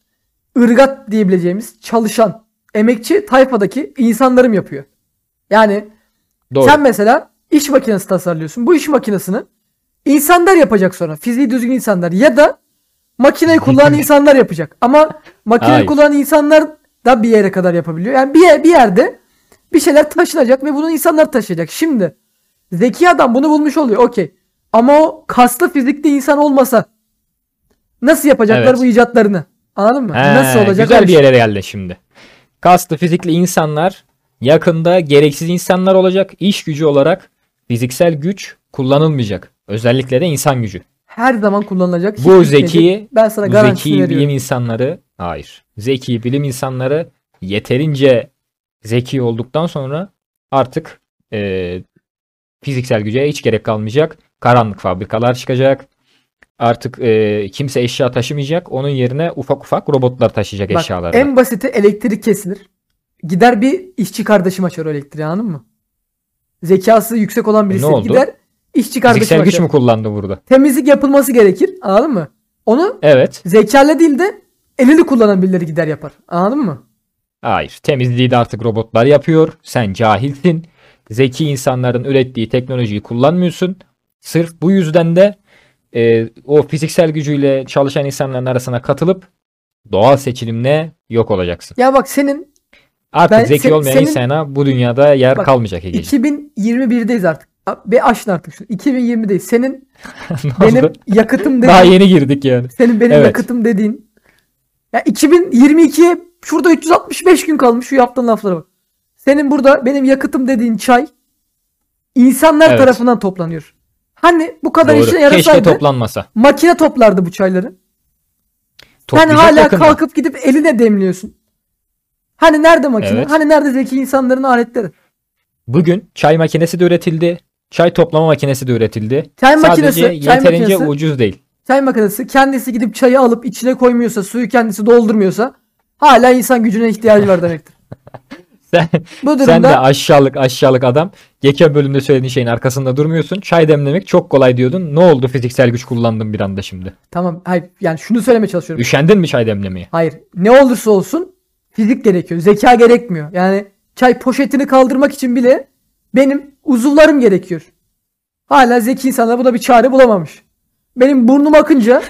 Speaker 2: ırgat diyebileceğimiz çalışan emekçi tayfadaki insanlarım yapıyor. Yani
Speaker 1: Doğru.
Speaker 2: sen mesela iş makinesi tasarlıyorsun. Bu iş makinesini insanlar yapacak sonra. Fiziği düzgün insanlar ya da makineyi kullanan insanlar yapacak. Ama makineyi
Speaker 1: Hayır.
Speaker 2: kullanan insanlar da bir yere kadar yapabiliyor. Yani bir, yer- bir yerde bir şeyler taşınacak ve bunu insanlar taşıyacak. Şimdi zeki adam bunu bulmuş oluyor. Okey. Ama o kaslı fizikte insan olmasa nasıl yapacaklar
Speaker 1: Evet.
Speaker 2: bu icatlarını? Anladın mı?
Speaker 1: He,
Speaker 2: nasıl olacak? şey
Speaker 1: Güzel
Speaker 2: o
Speaker 1: bir
Speaker 2: iş?
Speaker 1: yere geldi şimdi. Kaslı fizikli insanlar yakında gereksiz insanlar olacak. İş gücü olarak fiziksel güç kullanılmayacak. Özellikle de insan gücü.
Speaker 2: Her zaman kullanılacak. hiç
Speaker 1: Bu
Speaker 2: bitmeyecek.
Speaker 1: zeki-
Speaker 2: ben sana
Speaker 1: Bu
Speaker 2: garantisini
Speaker 1: zeki
Speaker 2: veriyorum.
Speaker 1: bilim insanları hayır. Zeki bilim insanları yeterince zeki olduktan sonra artık e, fiziksel güce hiç gerek kalmayacak. Karanlık fabrikalar çıkacak. Artık e, kimse eşya taşımayacak. Onun yerine ufak ufak robotlar taşıyacak
Speaker 2: Bak,
Speaker 1: eşyaları.
Speaker 2: en basiti elektrik kesilir. Gider bir işçi kardeşim açar o elektriği anladın mı? Zekası yüksek olan birisi
Speaker 1: E, Ne oldu?
Speaker 2: gider işçi kardeşim
Speaker 1: Fiziksel güç
Speaker 2: açar.
Speaker 1: mü kullandı burada?
Speaker 2: Temizlik yapılması gerekir anladın mı? Onu
Speaker 1: Evet.
Speaker 2: zekayla değil de elini kullanan birileri gider yapar. Anladın mı?
Speaker 1: Hayır. Temizliği de artık robotlar yapıyor. Sen cahilsin. Zeki insanların ürettiği teknolojiyi kullanmıyorsun. Sırf bu yüzden de e, o fiziksel gücüyle çalışan insanların arasına katılıp doğal seçilimle yok olacaksın.
Speaker 2: Ya bak senin
Speaker 1: Artık
Speaker 2: Ben-
Speaker 1: zeki
Speaker 2: se-
Speaker 1: olmayan
Speaker 2: senin-
Speaker 1: insana bu dünyada yer
Speaker 2: Bak,
Speaker 1: kalmayacak Egeciğim.
Speaker 2: 2021'deyiz artık. Be aşın artık şunu. 2020'deyiz. Senin
Speaker 1: Ne
Speaker 2: benim
Speaker 1: oldu?
Speaker 2: yakıtım
Speaker 1: Daha
Speaker 2: dediğin,
Speaker 1: yeni girdik yani.
Speaker 2: senin benim
Speaker 1: Evet.
Speaker 2: yakıtım dediğin. Ya 2022'ye şurada 365 gün kalmış şu yaptığın laflara bak. Senin burada benim yakıtım dediğin çay insanlar
Speaker 1: Evet.
Speaker 2: tarafından toplanıyor. Hani bu kadar işe
Speaker 1: Doğru. Keşke
Speaker 2: yarasaydı
Speaker 1: toplanmasa.
Speaker 2: makine toplardı bu çayları. Sen
Speaker 1: Toplayacak
Speaker 2: hala
Speaker 1: yakında.
Speaker 2: kalkıp gidip eline demliyorsun. Hani nerede makine?
Speaker 1: Evet.
Speaker 2: Hani nerede zeki insanların aletleri?
Speaker 1: Bugün çay makinesi de üretildi. Çay toplama makinesi de üretildi.
Speaker 2: Çay makinesi,
Speaker 1: Sadece
Speaker 2: çay
Speaker 1: yeterince
Speaker 2: makinesi,
Speaker 1: ucuz değil.
Speaker 2: çay makinesi kendisi gidip çayı alıp içine koymuyorsa, suyu kendisi doldurmuyorsa hala insan gücüne ihtiyacı var demektir.
Speaker 1: Sen,
Speaker 2: Bu durumda
Speaker 1: sen de aşağılık aşağılık adam. Geçen bölümde söylediğin şeyin arkasında durmuyorsun. Çay demlemek çok kolay diyordun. Ne oldu fiziksel güç kullandın bir anda şimdi?
Speaker 2: tamam hayır yani şunu söylemeye çalışıyorum.
Speaker 1: Üşendin mi çay demlemeye?
Speaker 2: Hayır ne olursa olsun fizik gerekiyor. Zeka gerekmiyor. Yani çay poşetini kaldırmak için bile benim uzuvlarım gerekiyor. Hala zeki insanlar buna bir çare bulamamış. Benim burnum akınca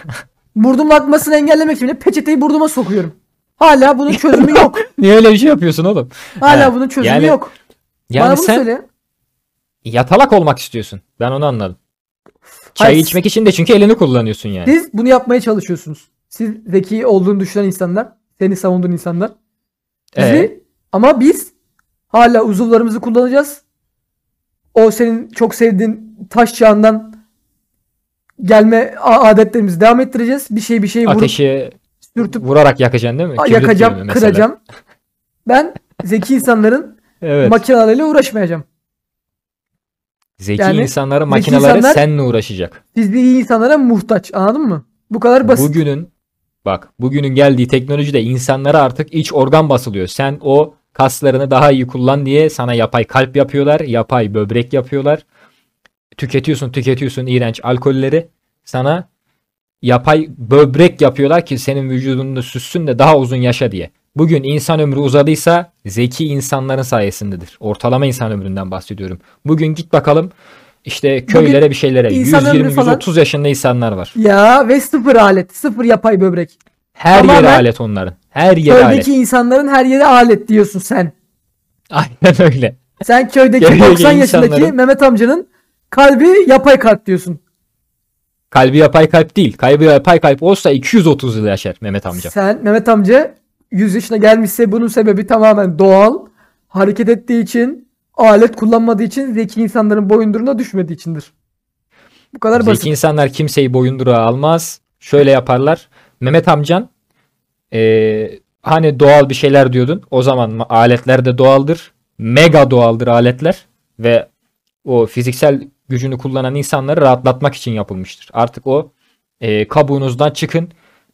Speaker 2: burnumun akmasını engellemek için bile peçeteyi burnuma sokuyorum. Hala bunun çözümü yok.
Speaker 1: Niye öyle bir şey yapıyorsun oğlum?
Speaker 2: Hala
Speaker 1: Ha,
Speaker 2: bunun çözümü
Speaker 1: yani-
Speaker 2: yok.
Speaker 1: Yani
Speaker 2: Bana bunu
Speaker 1: sen
Speaker 2: söyle.
Speaker 1: yatalak olmak istiyorsun. Ben onu anladım. Çayı
Speaker 2: Hayır,
Speaker 1: içmek için de çünkü elini kullanıyorsun yani.
Speaker 2: Siz bunu yapmaya çalışıyorsunuz. Siz zeki olduğunu düşünen insanlar, seni savunduğun insanlar. Bizi,
Speaker 1: Ee?
Speaker 2: ama biz hala uzuvlarımızı kullanacağız. O senin çok sevdiğin taş çağından gelme a- adetlerimizi devam ettireceğiz. Bir şey bir şey vurup
Speaker 1: Ateşi
Speaker 2: sürtüp
Speaker 1: vurarak yakacaksın değil mi?
Speaker 2: a-
Speaker 1: Kibrit gibi
Speaker 2: yakacağım,
Speaker 1: mesela.
Speaker 2: kıracağım. Ben zeki insanların
Speaker 1: Evet.
Speaker 2: makineleriyle uğraşmayacağım.
Speaker 1: Zeki
Speaker 2: Yani
Speaker 1: insanları, makineleri
Speaker 2: insanlar-
Speaker 1: seninle uğraşacak.
Speaker 2: Biz de iyi insanlara muhtaç. Anladın mı? Bu kadar basit.
Speaker 1: Bugünün bak bugünün geldiği teknolojide insanlara artık iç organ basılıyor. Sen o kaslarını daha iyi kullan diye sana yapay kalp yapıyorlar, yapay böbrek yapıyorlar. Tüketiyorsun, tüketiyorsun iğrenç alkolleri. Sana yapay böbrek yapıyorlar ki senin vücudunu süssün de daha uzun yaşa diye. Bugün insan ömrü uzadıysa zeki insanların sayesindedir. Ortalama insan ömründen bahsediyorum. Bugün git bakalım işte köylere bir şeylere
Speaker 2: insan ömrü
Speaker 1: 120
Speaker 2: falan-
Speaker 1: 130 yaşında insanlar var.
Speaker 2: Ya ve sıfır alet. Sıfır yapay böbrek.
Speaker 1: Her
Speaker 2: Tamamen-
Speaker 1: yeri alet onların. Her yeri
Speaker 2: Köydeki insanların her yeri alet diyorsun sen.
Speaker 1: alet. Aynen öyle.
Speaker 2: Sen köydeki
Speaker 1: Köydeki
Speaker 2: 90 yaşındaki
Speaker 1: insanların-
Speaker 2: Mehmet amcanın kalbi yapay kalp diyorsun.
Speaker 1: Kalbi yapay kalp değil. Kalbi yapay kalp olsa 230 yıl yaşar Mehmet amca.
Speaker 2: Sen Mehmet amca 100 yaşına gelmişse bunun sebebi tamamen doğal. Hareket ettiği için, alet kullanmadığı için, zeki insanların boyunduruna düşmediği içindir. Bu kadar basit.
Speaker 1: Zeki insanlar kimseyi boyundura almaz. Şöyle yaparlar. Mehmet amcan eee, hani doğal bir şeyler diyordun. O zaman ma- aletler de doğaldır. Mega doğaldır aletler ve o fiziksel gücünü kullanan insanları rahatlatmak için yapılmıştır. Artık o eee, kabuğunuzdan çıkın.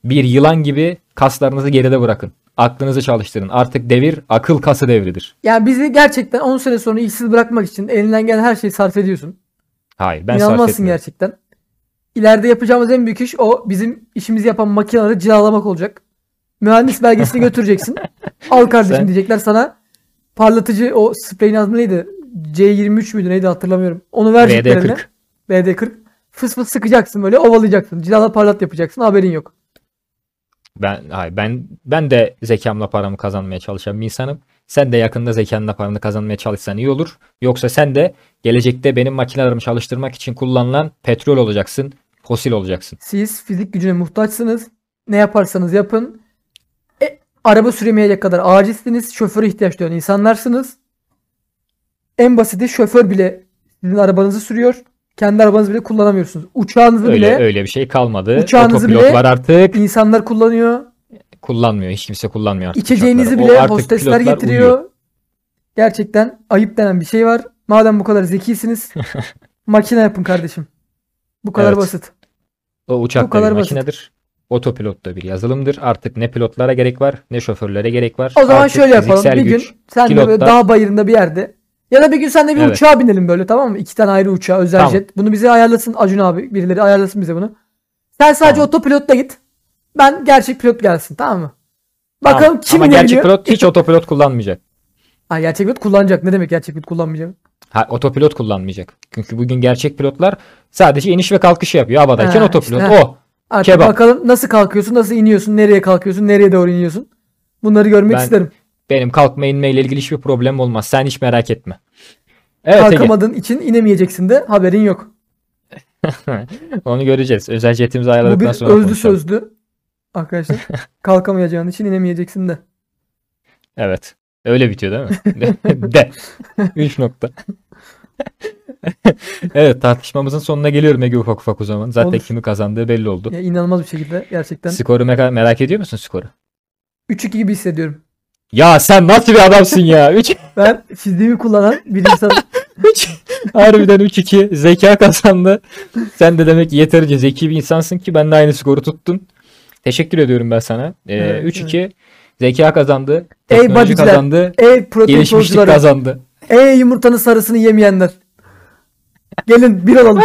Speaker 1: Bir yılan gibi kaslarınızı geride bırakın. Aklınızı çalıştırın. Artık devir akıl kası devridir.
Speaker 2: Yani bizi gerçekten 10 sene sonra işsiz bırakmak için elinden gelen her şeyi sarf ediyorsun.
Speaker 1: Hayır ben sarf
Speaker 2: İnanmazsın
Speaker 1: etmiyorum.
Speaker 2: gerçekten. İleride yapacağımız en büyük iş o bizim işimizi yapan makineleri cilalamak olacak. Mühendis belgesini götüreceksin. Al kardeşim
Speaker 1: Sen-
Speaker 2: diyecekler sana. Parlatıcı o spreyin adı neydi? C23 müydü neydi hatırlamıyorum. Onu vereceklerine.
Speaker 1: VD40.
Speaker 2: BD40. Fıs fıs sıkacaksın böyle ovalayacaksın. Cilala parlat yapacaksın haberin yok.
Speaker 1: Ben hayır ben ben de zekamla paramı kazanmaya çalışan bir insanım. Sen de yakında zekanla paranı kazanmaya çalışsan iyi olur. Yoksa sen de gelecekte benim makinelerimi çalıştırmak için kullanılan petrol olacaksın, fosil olacaksın.
Speaker 2: Siz fizik gücüne muhtaçsınız. Ne yaparsanız yapın. E, araba süremeyecek kadar acizsiniz. Şoföre ihtiyaç duyan insanlarsınız. En basiti şoför bile sizin arabanızı sürüyor. Kendi arabanızı bile kullanamıyorsunuz. Uçağınızı
Speaker 1: Öyle
Speaker 2: bile
Speaker 1: öyle bir şey kalmadı.
Speaker 2: Uçağınızı bile-
Speaker 1: Otopilotlar artık
Speaker 2: insanlar kullanıyor.
Speaker 1: kullanmıyor. Hiç kimse kullanmıyor artık
Speaker 2: İçeceğinizi
Speaker 1: uçakları. O
Speaker 2: bile
Speaker 1: artık
Speaker 2: hostesler
Speaker 1: pilotlar
Speaker 2: getiriyor.
Speaker 1: uyuyor.
Speaker 2: Gerçekten ayıp denen bir şey var. Madem bu kadar zekisiniz, makine yapın kardeşim. Bu kadar
Speaker 1: Evet.
Speaker 2: basit.
Speaker 1: O uçak
Speaker 2: Bu
Speaker 1: da bir
Speaker 2: kadar basit.
Speaker 1: makinedir. Otopilot da bir yazılımdır. Artık ne pilotlara gerek var, ne şoförlere gerek var.
Speaker 2: O zaman
Speaker 1: Artık
Speaker 2: şöyle yapalım.
Speaker 1: fiziksel
Speaker 2: Bir gün
Speaker 1: güç-
Speaker 2: sen de böyle
Speaker 1: pilotlar-
Speaker 2: dağ bayırında bir yerde ya da bir gün sen de bir
Speaker 1: Evet.
Speaker 2: uçağa binelim böyle tamam mı? İki tane ayrı uçağa özel
Speaker 1: Tamam.
Speaker 2: jet. Bunu bize ayarlasın Acun abi. Birileri ayarlasın bize bunu. Sen sadece
Speaker 1: Tamam.
Speaker 2: otopilotla git. Ben gerçek pilot gelsin tamam mı?
Speaker 1: Tamam.
Speaker 2: Bakalım kim
Speaker 1: Ama gerçek
Speaker 2: geliyor?
Speaker 1: pilot hiç otopilot kullanmayacak.
Speaker 2: Ha, gerçek pilot kullanacak. Ne demek gerçek pilot kullanmayacak?
Speaker 1: Ha, otopilot kullanmayacak. Çünkü bugün gerçek pilotlar sadece iniş ve kalkış yapıyor. Havadayken
Speaker 2: Ha,
Speaker 1: otopilot.
Speaker 2: işte.
Speaker 1: O.
Speaker 2: Artık
Speaker 1: Kebap.
Speaker 2: bakalım nasıl kalkıyorsun, nasıl iniyorsun, nereye kalkıyorsun, nereye doğru iniyorsun. Bunları görmek
Speaker 1: Ben-
Speaker 2: isterim.
Speaker 1: Benim kalkma inmeyle ilgili hiçbir problem olmaz. Sen hiç merak etme. Evet Ege.
Speaker 2: Kalkamadığın için inemeyeceksin de haberin yok.
Speaker 1: Onu göreceğiz. Özel jetimizi
Speaker 2: Bu
Speaker 1: ayarladıktan
Speaker 2: bir
Speaker 1: sonra
Speaker 2: özlü
Speaker 1: konuşalım.
Speaker 2: sözlü. Arkadaşlar kalkamayacağın için inemeyeceksin de.
Speaker 1: Evet. Öyle bitiyor değil mi? De. De. Üç nokta. evet tartışmamızın sonuna geliyorum Ege ufak ufak o zaman. Zaten
Speaker 2: Olur.
Speaker 1: kimi kazandığı belli oldu.
Speaker 2: Ya inanılmaz bir şekilde gerçekten.
Speaker 1: Skoru meka- merak ediyor musun skoru?
Speaker 2: 3-2 gibi hissediyorum.
Speaker 1: Ya sen nasıl bir adamsın ya? 3
Speaker 2: Ben fiziğimi kullanan bir insan
Speaker 1: 3 harbiden 3-2 zeka kazandı. Sen de demek ki yeterince zeki bir insansın ki ben de aynı skoru tuttun. Teşekkür ediyorum ben sana. Ee,
Speaker 2: Evet,
Speaker 1: 3-2 zeka kazandı.
Speaker 2: Ey
Speaker 1: Teknoloji
Speaker 2: bacılar,
Speaker 1: kazandı.
Speaker 2: ey E protein
Speaker 1: Gelişmişlik kazandı.
Speaker 2: ey yumurtanın sarısını yemeyenler. Gelin bir olalım.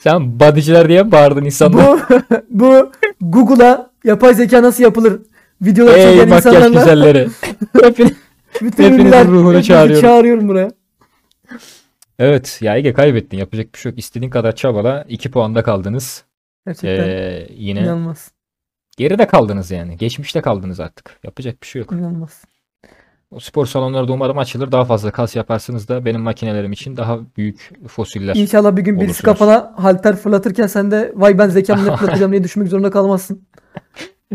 Speaker 1: Sen badiciler diye mi bağırdın insanlara?
Speaker 2: bu bu Google'a yapay zeka nasıl yapılır videoları
Speaker 1: Ey
Speaker 2: çeken
Speaker 1: makyaj
Speaker 2: insanlarla
Speaker 1: güzelleri. Hepini-
Speaker 2: bütün
Speaker 1: hepinizin
Speaker 2: ünlüler
Speaker 1: ruhunu
Speaker 2: hepinizi
Speaker 1: çağırıyorum.
Speaker 2: çağırıyorum buraya.
Speaker 1: evet ya Ege kaybettin. Yapacak bir şey yok. İstediğin kadar çabala. 2 puanda kaldınız.
Speaker 2: Gerçekten
Speaker 1: Ee, yine
Speaker 2: inanılmaz.
Speaker 1: geride kaldınız yani. Geçmişte kaldınız artık. Yapacak bir şey yok.
Speaker 2: inanılmaz.
Speaker 1: O spor salonları da umarım açılır. Daha fazla kas yaparsınız da benim makinelerim için daha büyük fosiller.
Speaker 2: İnşallah bir gün birisi
Speaker 1: Olursunuz.
Speaker 2: kafana halter fırlatırken sen de vay ben zekamı ne fırlatacağım diye düşünmek zorunda kalmazsın.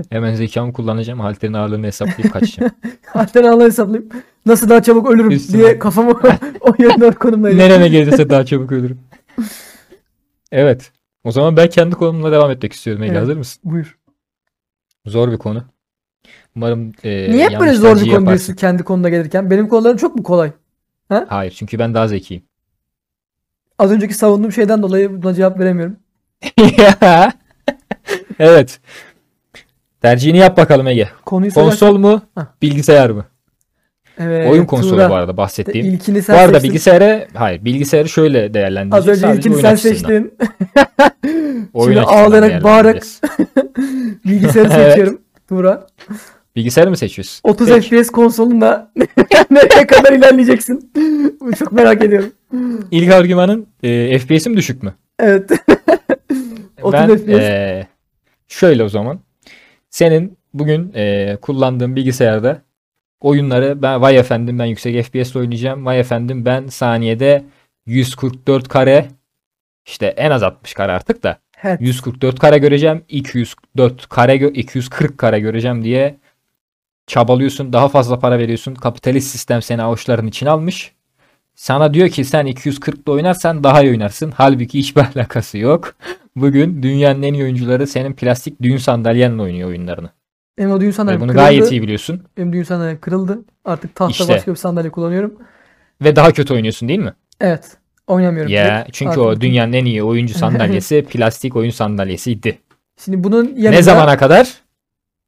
Speaker 1: Hemen zekamı kullanacağım. Halterin ağırlığını hesaplayıp kaçacağım.
Speaker 2: Halter ağla hesaplayıp nasıl daha çabuk ölürüm
Speaker 1: Üstüne.
Speaker 2: diye kafamı o yerine konumlayacağım.
Speaker 1: Nereme gelirse daha çabuk ölürüm. Evet. O zaman ben kendi konumla devam etmek istiyorum. Ege
Speaker 2: Evet.
Speaker 1: hazır mısın?
Speaker 2: Buyur.
Speaker 1: Zor bir konu. Umarım e,
Speaker 2: Niye hep
Speaker 1: yanlış
Speaker 2: böyle zor bir
Speaker 1: tercih
Speaker 2: konu diyorsun
Speaker 1: yaparsın.
Speaker 2: kendi konuda gelirken? Benim konularım çok mu kolay?
Speaker 1: Hayır çünkü ben daha zekiyim.
Speaker 2: Az önceki savunduğum şeyden dolayı buna cevap veremiyorum.
Speaker 1: evet. Tercihini yap bakalım Ege.
Speaker 2: Konuyu söylersen-
Speaker 1: Konsol mu?
Speaker 2: Hah.
Speaker 1: Bilgisayar mı?
Speaker 2: Evet,
Speaker 1: Oyun konsolu
Speaker 2: Ee, Tuğra.
Speaker 1: bu arada bahsettiğim.
Speaker 2: İlkini
Speaker 1: Bu
Speaker 2: sen
Speaker 1: arada
Speaker 2: seçtin.
Speaker 1: bilgisayarı hayır bilgisayarı şöyle
Speaker 2: Az
Speaker 1: değerlendireceğiz.
Speaker 2: önce
Speaker 1: Sadece
Speaker 2: ilkini
Speaker 1: oyun
Speaker 2: sen
Speaker 1: açısından.
Speaker 2: seçtin.
Speaker 1: Oyun
Speaker 2: Şimdi
Speaker 1: açısından
Speaker 2: ağlayarak,
Speaker 1: değerlendireceğiz.
Speaker 2: bağırarak- Bilgisayarı
Speaker 1: Evet.
Speaker 2: seçiyorum. Tuğra.
Speaker 1: Bilgisayarı mı seçiyorsun?
Speaker 2: 30
Speaker 1: Peki.
Speaker 2: FPS konsolunda nereye kadar ilerleyeceksin? Bunu çok merak ediyorum.
Speaker 1: İlk argümanın e, FPS'im düşük mü?
Speaker 2: Evet. 30
Speaker 1: ben
Speaker 2: FPS.
Speaker 1: e, şöyle o zaman. Senin bugün e, kullandığın bilgisayarda oyunları ben vay efendim ben yüksek FPS oynayacağım. Vay efendim ben saniyede 144 kare işte en az 60 kare artık da
Speaker 2: Evet.
Speaker 1: 144 kare göreceğim. 204 kare gö- 240 kare göreceğim diye çabalıyorsun. Daha fazla para veriyorsun. Kapitalist sistem seni avuçların içine almış. Sana diyor ki sen 240'da oynarsan daha iyi oynarsın. Halbuki hiçbir alakası yok. Bugün dünyanın en iyi oyuncuları senin plastik düğün sandalyenle oynuyor oyunlarını.
Speaker 2: Hem o düğün
Speaker 1: Ve
Speaker 2: sandalyem
Speaker 1: bunu
Speaker 2: kırıldı.
Speaker 1: gayet iyi biliyorsun.
Speaker 2: Hem düğün sandalyem kırıldı. Artık tahta
Speaker 1: İşte.
Speaker 2: başka bir sandalye kullanıyorum.
Speaker 1: Ve daha kötü oynuyorsun değil mi?
Speaker 2: Evet. Oynamıyorum.
Speaker 1: Ya
Speaker 2: direkt.
Speaker 1: çünkü
Speaker 2: Artık
Speaker 1: o
Speaker 2: bütün-
Speaker 1: dünyanın en iyi oyuncu sandalyesi plastik oyun sandalyesiydi.
Speaker 2: Şimdi bunun yanında...
Speaker 1: Ne zamana kadar?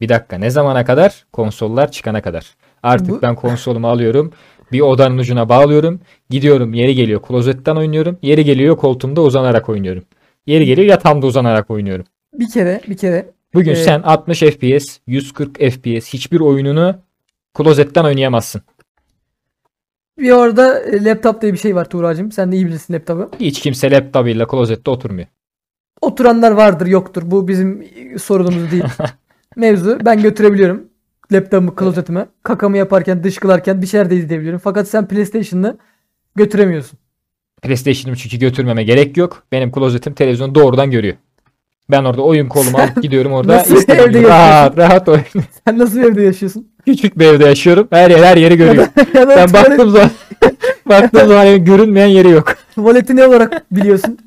Speaker 1: Bir dakika. Ne zamana kadar? Konsollar çıkana kadar. Artık
Speaker 2: Bu-
Speaker 1: ben konsolumu alıyorum. Bir odanın ucuna bağlıyorum. Gidiyorum. Yeri geliyor klozetten oynuyorum. Yeri geliyor koltuğumda uzanarak oynuyorum. Yeri geliyor yatağımda uzanarak oynuyorum.
Speaker 2: Bir kere, bir kere
Speaker 1: Bugün
Speaker 2: Evet.
Speaker 1: sen 60 FPS, 140 FPS hiçbir oyununu klozetten oynayamazsın.
Speaker 2: bir orada e, laptop diye bir şey var Tuğra'cığım. Sen de iyi bilirsin laptopu.
Speaker 1: Hiç kimse laptopuyla klozette oturmuyor.
Speaker 2: Oturanlar vardır yoktur. Bu bizim e, sorunumuz değil. Mevzu ben götürebiliyorum. Laptopumu, klozetime. Kakamı yaparken, dışkılarken bir şeyler de izleyebiliyorum. Fakat sen PlayStation'ını götüremiyorsun.
Speaker 1: PlayStation'ımı çünkü götürmeme gerek yok. Benim klozetim televizyonu doğrudan görüyor. Ben orada oyun kolumu alıp gidiyorum orada.
Speaker 2: Nasıl
Speaker 1: istediğim
Speaker 2: evde
Speaker 1: gibi rahat rahat oyun.
Speaker 2: Sen nasıl bir evde yaşıyorsun?
Speaker 1: Küçük bir evde yaşıyorum. Her yer her yeri görüyorum.
Speaker 2: ya da
Speaker 1: Ben
Speaker 2: tuvalet-
Speaker 1: baktığım zaman baktığım zaman yani görünmeyen yeri yok.
Speaker 2: tuvaleti ne olarak biliyorsun?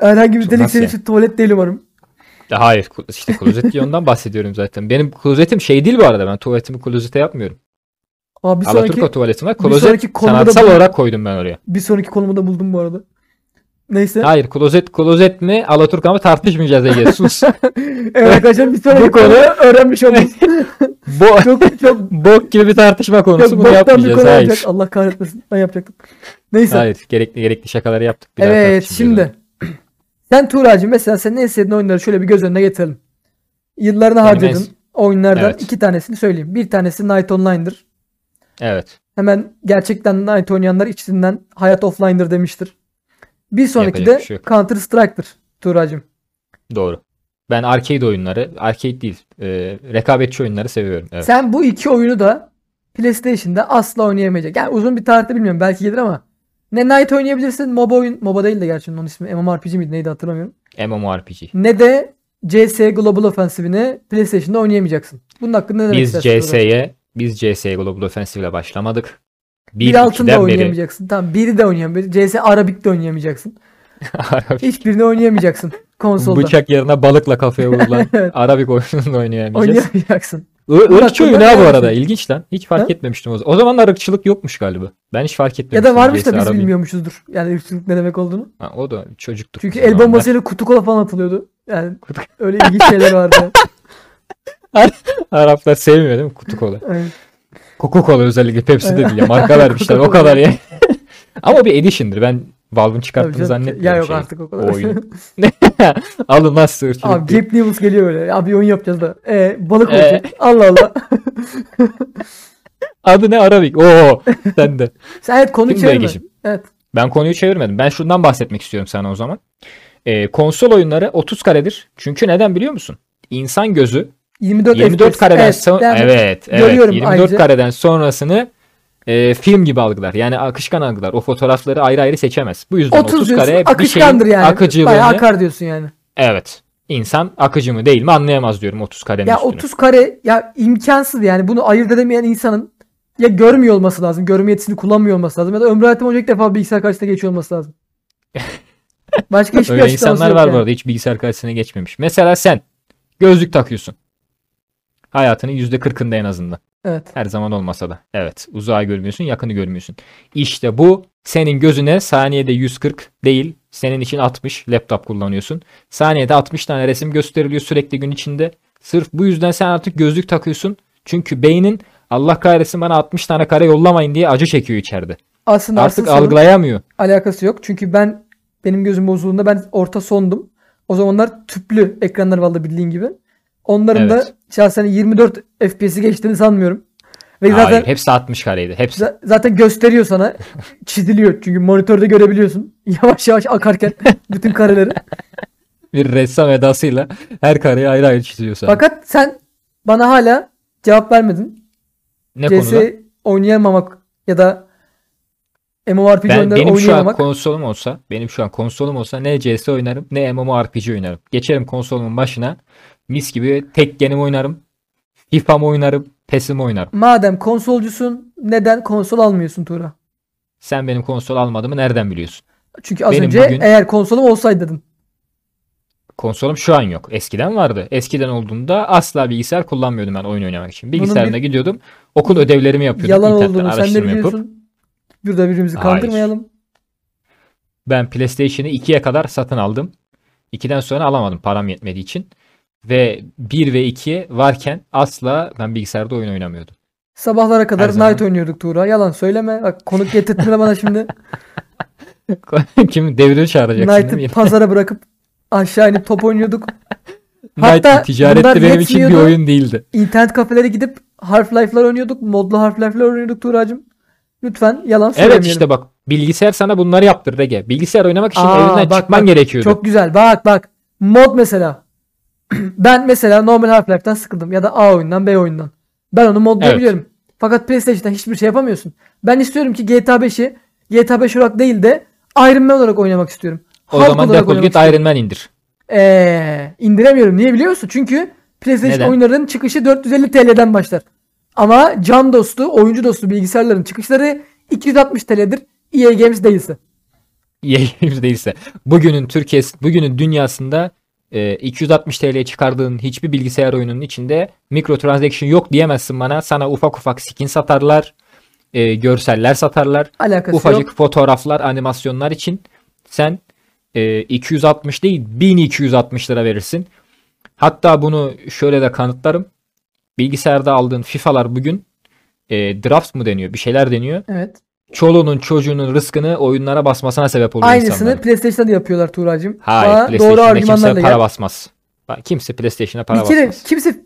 Speaker 2: Herhangi bir
Speaker 1: Nasıl
Speaker 2: delik senin
Speaker 1: yani?
Speaker 2: için tuvalet değil umarım.
Speaker 1: Ya Hayır ku- işte klozet yondan bahsediyorum zaten. Benim klozetim şey değil bu arada ben tuvaletimi klozete yapmıyorum.
Speaker 2: Aa, bir
Speaker 1: Alaturka
Speaker 2: sonraki,
Speaker 1: tuvaletim var.
Speaker 2: bir sonraki
Speaker 1: Klozet
Speaker 2: konuda da
Speaker 1: sanatsal
Speaker 2: bu-
Speaker 1: olarak koydum ben oraya.
Speaker 2: bir sonraki konumu da buldum bu arada. Neyse.
Speaker 1: Hayır klozet klozet mi Alaturka mı tartışmayacağız Ege sus.
Speaker 2: Evet arkadaşlar bir sonraki
Speaker 1: Bu konu-
Speaker 2: konu öğrenmiş olduk.
Speaker 1: Bo
Speaker 2: çok çok
Speaker 1: bok gibi bir tartışma konusu
Speaker 2: Yok
Speaker 1: bunu
Speaker 2: boktan bir
Speaker 1: yapmayacağız.
Speaker 2: konu olacak.
Speaker 1: Hayır.
Speaker 2: Allah kahretmesin. Ben yapacaktım. Neyse.
Speaker 1: Hayır gerekli gerekli şakaları yaptık. Bir daha
Speaker 2: evet
Speaker 1: tartışmayacağız onu.
Speaker 2: şimdi. sen Tuğra'cığım mesela senin en sevdiğin oyunları şöyle bir göz önüne getirelim. Yıllarını
Speaker 1: Yani
Speaker 2: harcadın.
Speaker 1: mes-
Speaker 2: Oyunlardan
Speaker 1: Evet.
Speaker 2: iki tanesini söyleyeyim. Bir tanesi Night Online'dır.
Speaker 1: Evet.
Speaker 2: Hemen gerçekten Night oynayanlar içinden hayat offline'dır demiştir. Bir sonraki
Speaker 1: Yapacak
Speaker 2: de
Speaker 1: bir şey yok.
Speaker 2: Counter Strike'dır Tuğracığım.
Speaker 1: Doğru. Ben arcade oyunları, arcade değil, e, rekabetçi oyunları seviyorum. Evet.
Speaker 2: Sen bu iki oyunu da PlayStation'da asla oynayamayacak. Yani uzun bir tarihte bilmiyorum belki gelir ama ne Night oynayabilirsin MOBA oyun MOBA değil de gerçi onun ismi MMORPG miydi neydi hatırlamıyorum.
Speaker 1: MMORPG.
Speaker 2: Ne de CS Global Offensive'ini PlayStation'da oynayamayacaksın. Bunun hakkında ne demek
Speaker 1: Biz
Speaker 2: istersin? Tuğra?
Speaker 1: CS'ye, biz CS'ye Global Offensive ile başlamadık.
Speaker 2: Bir,
Speaker 1: 1
Speaker 2: altında
Speaker 1: 2'den beri
Speaker 2: oynayamayacaksın. Tamam biri de oynayamayacaksın. CS Arabik'te oynayamayacaksın. Hiçbirini oynayamayacaksın konsolda.
Speaker 1: bıçak yerine balıkla kafaya vurulan
Speaker 2: Evet.
Speaker 1: Arabik oyununu oynayamayacağız.
Speaker 2: Oynayamayacaksın.
Speaker 1: I-
Speaker 2: Bunun
Speaker 1: Irkçı oyunu
Speaker 2: hakkında
Speaker 1: ha bu
Speaker 2: ne
Speaker 1: arada.
Speaker 2: dersin?
Speaker 1: İlginç lan. Hiç fark
Speaker 2: Ha?
Speaker 1: etmemiştim o zaman. O zamanlar ırkçılık yokmuş galiba. Ben hiç fark
Speaker 2: Ya
Speaker 1: etmemiştim.
Speaker 2: da varmış da
Speaker 1: CS
Speaker 2: biz
Speaker 1: Arabik.
Speaker 2: bilmiyormuşuzdur. Yani ırkçılık ne demek olduğunu.
Speaker 1: Ha, o da çocuktuk.
Speaker 2: Çünkü
Speaker 1: o zamanlar.
Speaker 2: el bombasıyla kutu kola falan atılıyordu. Yani öyle ilginç şeyler vardı.
Speaker 1: Araplar sevmiyor değil mi? Kutu kola.
Speaker 2: Evet.
Speaker 1: Coca-Cola özellikle Pepsi de
Speaker 2: Evet.
Speaker 1: değil ya. Marka vermişler o
Speaker 2: Coca-Cola.
Speaker 1: kadar ya. Ama bir edition'dır. Ben Valve'ın
Speaker 2: Tabii
Speaker 1: çıkarttığını
Speaker 2: canım.
Speaker 1: zannetmiyorum.
Speaker 2: Ya yok
Speaker 1: şeyi.
Speaker 2: artık o
Speaker 1: O
Speaker 2: kadar.
Speaker 1: oyun. Alın lan sığırçılık
Speaker 2: Abi
Speaker 1: diye.
Speaker 2: Jack Nicklaus geliyor böyle. Abi oyun yapacağız da. E, balık
Speaker 1: Ee.
Speaker 2: olacak. Allah Allah.
Speaker 1: Adı ne Arabik? Oo sen şey de.
Speaker 2: Sen evet konuyu
Speaker 1: Şimdi
Speaker 2: çevirme.
Speaker 1: Ege'cim.
Speaker 2: Evet.
Speaker 1: Ben konuyu çevirmedim. Ben şundan bahsetmek istiyorum sana o zaman. Ee, konsol oyunları 30 karedir. Çünkü neden biliyor musun? İnsan gözü
Speaker 2: 24,
Speaker 1: 24
Speaker 2: FPS.
Speaker 1: kareden
Speaker 2: Evet,
Speaker 1: sonra
Speaker 2: devam et.
Speaker 1: evet, evet
Speaker 2: Görüyorum
Speaker 1: 24
Speaker 2: ayrıca.
Speaker 1: kareden sonrasını e, film gibi algılar. Yani akışkan algılar. O fotoğrafları ayrı ayrı seçemez. Bu yüzden
Speaker 2: 30,
Speaker 1: 30,
Speaker 2: diyorsun
Speaker 1: kare bir şey şeyin
Speaker 2: akışkandır yani.
Speaker 1: akıcılığını
Speaker 2: Bayağı akar diyorsun yani.
Speaker 1: evet. İnsan akıcı mı değil mi anlayamaz diyorum 30 karenin
Speaker 2: Ya
Speaker 1: üstünü.
Speaker 2: 30 kare ya imkansız yani. Bunu ayırt edemeyen insanın ya görmüyor olması lazım. Görme yetisini kullanmıyor olması lazım. Ya da ömrü hayatım olacak ilk defa bilgisayar karşısına geçiyor olması lazım. Başka hiçbir
Speaker 1: Öyle
Speaker 2: açıklaması
Speaker 1: insanlar
Speaker 2: yok
Speaker 1: var
Speaker 2: yani.
Speaker 1: bu arada hiç bilgisayar karşısına geçmemiş. Mesela sen gözlük takıyorsun. Hayatının %40'ında en azından.
Speaker 2: Evet.
Speaker 1: Her zaman olmasa da. Evet. Uzağı görmüyorsun, yakını görmüyorsun. İşte bu senin gözüne saniyede 140 değil, senin için 60 laptop kullanıyorsun. Saniyede 60 tane resim gösteriliyor sürekli gün içinde. Sırf bu yüzden sen artık gözlük takıyorsun. Çünkü beynin Allah kahretsin bana 60 tane kare yollamayın diye acı çekiyor içeride.
Speaker 2: Aslında
Speaker 1: Artık
Speaker 2: asıl sorun-
Speaker 1: algılayamıyor.
Speaker 2: alakası yok. Çünkü ben benim gözüm bozulduğunda ben orta sondum. O zamanlar tüplü ekranlar vardı bildiğin gibi. Onların da
Speaker 1: Evet.
Speaker 2: şahsen 24 FPS'i geçtiğini sanmıyorum. Ve
Speaker 1: Hayır,
Speaker 2: zaten
Speaker 1: hepsi 60 kareydi. Hepsi.
Speaker 2: za- zaten gösteriyor sana. Çiziliyor. Çünkü monitörde görebiliyorsun. Yavaş yavaş akarken bütün kareleri.
Speaker 1: Bir ressam edasıyla her kareyi ayrı ayrı çiziyor sana.
Speaker 2: Fakat sen bana hala cevap vermedin.
Speaker 1: ne
Speaker 2: CS
Speaker 1: konuda?
Speaker 2: oynayamamak ya da MMORPG
Speaker 1: Ben,
Speaker 2: oyunları
Speaker 1: benim şu an
Speaker 2: oynayamamak.
Speaker 1: konsolum olsa, benim şu an konsolum olsa ne CS oynarım ne MMORPG oynarım. Geçerim konsolumun başına. Mis gibi Tekken'imi oynarım. FIFA'mı oynarım. PES'imi oynarım.
Speaker 2: Madem konsolcusun neden konsol almıyorsun Tuğra?
Speaker 1: Sen benim konsol almadığımı nereden biliyorsun?
Speaker 2: Çünkü az
Speaker 1: Benim
Speaker 2: önce
Speaker 1: bugün-
Speaker 2: eğer konsolum olsaydı dedin.
Speaker 1: Konsolum şu an yok. Eskiden vardı. Eskiden olduğunda asla bilgisayar kullanmıyordum ben oyun oynamak için. Bilgisayarına
Speaker 2: bir-
Speaker 1: gidiyordum. Okul ödevlerimi yapıyordum.
Speaker 2: Yalan
Speaker 1: internetten
Speaker 2: olduğunu sen de
Speaker 1: araştırma yapıp.
Speaker 2: biliyorsun. Burada birbirimizi
Speaker 1: Hayır.
Speaker 2: kandırmayalım.
Speaker 1: Ben PlayStation'ı 2'ye kadar satın aldım. 2'den sonra alamadım param yetmediği için. Ve 1 ve 2 varken asla ben bilgisayarda oyun oynamıyordum.
Speaker 2: Sabahlara
Speaker 1: Her
Speaker 2: kadar
Speaker 1: zaman.
Speaker 2: Night oynuyorduk Tuğra. Yalan söyleme. Bak konuk getirtme bana şimdi.
Speaker 1: Kim devrini çağıracaksın değil mi?
Speaker 2: Night'ı pazara bırakıp aşağı inip top oynuyorduk.
Speaker 1: Night
Speaker 2: Hatta bunlar
Speaker 1: ticarette benim için bir
Speaker 2: yetmiyordu.
Speaker 1: oyun değildi.
Speaker 2: İnternet kafelere gidip Half-Life'lar oynuyorduk. Modlu Half-Life'lar oynuyorduk Tuğracığım. Lütfen yalan söylemeyelim.
Speaker 1: Evet işte bak bilgisayar sana bunları yaptırdı Ege. Bilgisayar oynamak için
Speaker 2: Aa,
Speaker 1: evinden
Speaker 2: bak,
Speaker 1: çıkman
Speaker 2: bak.
Speaker 1: gerekiyordu.
Speaker 2: Çok güzel. Bak bak. Mod mesela. ben mesela normal Half-Life'den sıkıldım ya da A oyundan B oyundan. Ben onu modlayabiliyorum. Fakat PlayStation'dan hiçbir şey yapamıyorsun. Ben istiyorum ki GTA 5'i GTA 5 olarak değil de Iron Man olarak oynamak istiyorum.
Speaker 1: o
Speaker 2: Hulk
Speaker 1: zaman
Speaker 2: olarak
Speaker 1: defol
Speaker 2: oynamak
Speaker 1: git
Speaker 2: istiyorum.
Speaker 1: Iron Man indir.
Speaker 2: Ee, indiremiyorum. Niye biliyor musun? Çünkü PlayStation
Speaker 1: Neden?
Speaker 2: oyunlarının çıkışı 450 TL'den başlar. Ama can dostu, oyuncu dostu bilgisayarların çıkışları 260 TL'dir. EA E Games değilse.
Speaker 1: Yayınımız değilse. Bugünün Türkiye, bugünün dünyasında e, 260 TL'ye çıkardığın hiçbir bilgisayar oyununun içinde mikrotransaction yok diyemezsin bana. Sana ufak ufak skin satarlar, e, görseller satarlar.
Speaker 2: Alakası
Speaker 1: ufacık
Speaker 2: yok.
Speaker 1: fotoğraflar, animasyonlar için sen e, 260 değil 1260 lira verirsin. Hatta bunu şöyle de kanıtlarım. Bilgisayarda aldığın FIFA'lar bugün e, draft mı deniyor? Bir şeyler deniyor.
Speaker 2: Evet.
Speaker 1: Çoluğunun çocuğunun rızkını oyunlara basmasına sebep oluyor
Speaker 2: Aynısını
Speaker 1: insanların.
Speaker 2: PlayStation'da da yapıyorlar Tuğracığım.
Speaker 1: Hayır,
Speaker 2: Bana doğru
Speaker 1: PlayStation'da kimse
Speaker 2: argümanlarla
Speaker 1: para
Speaker 2: gel.
Speaker 1: basmaz. Bak, Kimse PlayStation'a para
Speaker 2: Bir kere
Speaker 1: basmaz.
Speaker 2: kimse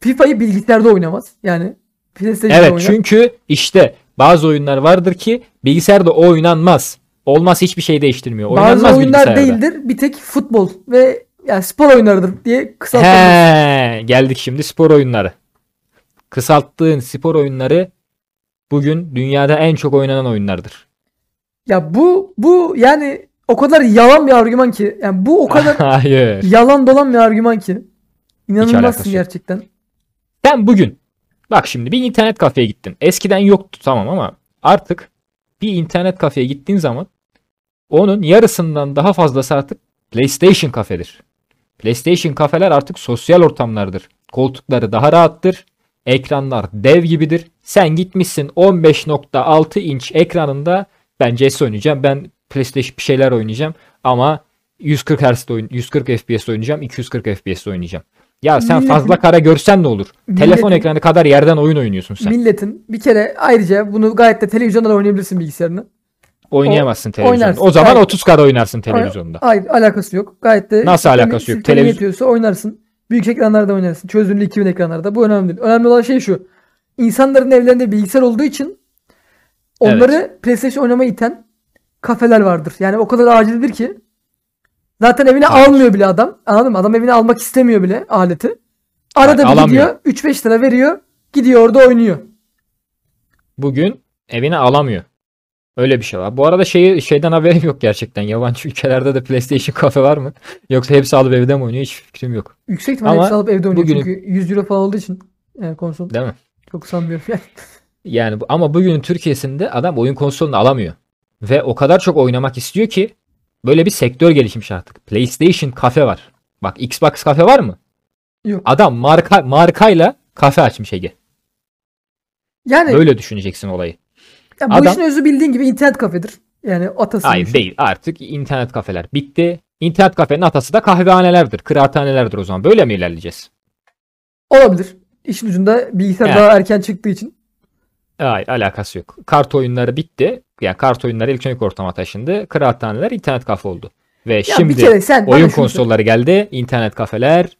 Speaker 2: FIFA'yı bilgisayarda oynamaz. Yani PlayStation'da
Speaker 1: Evet
Speaker 2: oynar.
Speaker 1: çünkü işte bazı oyunlar vardır ki bilgisayarda o oynanmaz. Olmaz hiçbir şey değiştirmiyor. Oynanmaz
Speaker 2: Bazı oyunlar
Speaker 1: bilgisayarda.
Speaker 2: değildir. Bir tek futbol ve yani spor oyunlarıdır diye kısaltılır.
Speaker 1: He, geldik şimdi spor oyunları. Kısalttığın spor oyunları bugün dünyada en çok oynanan oyunlardır.
Speaker 2: Ya bu bu yani o kadar yalan bir argüman ki. Yani bu o kadar
Speaker 1: Hayır.
Speaker 2: yalan dolan bir argüman ki.
Speaker 1: alakası
Speaker 2: İnanılmazsın
Speaker 1: yok.
Speaker 2: gerçekten.
Speaker 1: Sen bugün bak şimdi bir internet kafeye gittin. Eskiden yoktu tamam ama artık bir internet kafeye gittiğin zaman onun yarısından daha fazlası artık PlayStation kafedir. PlayStation kafeler artık sosyal ortamlardır. Koltukları daha rahattır. Ekranlar dev gibidir. Sen gitmişsin 15.6 inç ekranında ben CS oynayacağım. Ben PlayStation bir şeyler oynayacağım ama 140 Hz oyun 140 FPS oynayacağım, 240 FPS oynayacağım. Ya sen
Speaker 2: Milletin-
Speaker 1: fazla kara görsen ne olur?
Speaker 2: Milletin-
Speaker 1: Telefon ekranı kadar yerden oyun oynuyorsun sen.
Speaker 2: Milletin bir kere ayrıca bunu gayet de televizyonda da oynayabilirsin bilgisayarını.
Speaker 1: Oynayamazsın televizyonda.
Speaker 2: oynarsın.
Speaker 1: O zaman
Speaker 2: Hayır.
Speaker 1: 30 kara oynarsın televizyonda.
Speaker 2: Hayır alakası yok. Gayet de
Speaker 1: Nasıl
Speaker 2: sistemi-
Speaker 1: alakası yok?
Speaker 2: sistemi
Speaker 1: Televiz-
Speaker 2: yetiyorsa oynarsın. Büyük ekranlarda oynarsın. Çözünürlüğü 2000 ekranlarda. Bu önemli değil. Önemli olan şey şu. İnsanların evlerinde bilgisayar olduğu için onları PlayStation oynamaya iten kafeler vardır. Yani o kadar acildir ki zaten evine
Speaker 1: Hayır.
Speaker 2: almıyor bile adam. Anladın mı? Adam evine almak istemiyor bile aleti. Arada
Speaker 1: Hayır,
Speaker 2: bir
Speaker 1: alamıyor.
Speaker 2: gidiyor 3-5 lira veriyor. Gidiyor orada oynuyor.
Speaker 1: Bugün evine alamıyor. Öyle bir şey var. Bu arada şeyi şeyden haberim yok gerçekten. Yabancı ülkelerde de PlayStation kafe var mı? Yoksa hepsi alıp evde mi oynuyor? Hiç fikrim yok.
Speaker 2: Yüksek ihtimalle
Speaker 1: Ama
Speaker 2: hepsi alıp evde oynuyor.
Speaker 1: bugünün-
Speaker 2: Çünkü 100 euro falan olduğu için yani konsol
Speaker 1: Değil mi?
Speaker 2: çok sanmıyorum. Yani.
Speaker 1: Yani bu- ama bugünün Türkiye'sinde adam oyun konsolunu alamıyor. Ve o kadar çok oynamak istiyor ki böyle bir sektör gelişmiş artık. PlayStation kafe var. Bak Xbox kafe var mı?
Speaker 2: Yok.
Speaker 1: Adam marka markayla kafe açmış Ege.
Speaker 2: yani
Speaker 1: Böyle düşüneceksin olayı.
Speaker 2: Ya bu
Speaker 1: Adam-
Speaker 2: işin özü bildiğin gibi internet kafedir. Yani atası.
Speaker 1: Hayır değil. Artık internet kafeler bitti. İnternet kafenin atası da kahvehanelerdir. Kıraathanelerdir o zaman. Böyle mi ilerleyeceğiz?
Speaker 2: Olabilir. İşin ucunda bilgisayar
Speaker 1: Evet.
Speaker 2: daha erken çıktığı için.
Speaker 1: Hayır alakası yok. Kart oyunları bitti. Yani kart oyunları elektronik ortama taşındı. Kıraathaneler internet kafe oldu. Ve
Speaker 2: Ya
Speaker 1: şimdi
Speaker 2: bir kere sen bana
Speaker 1: oyun
Speaker 2: şunu söyle.
Speaker 1: konsolları geldi. internet kafeler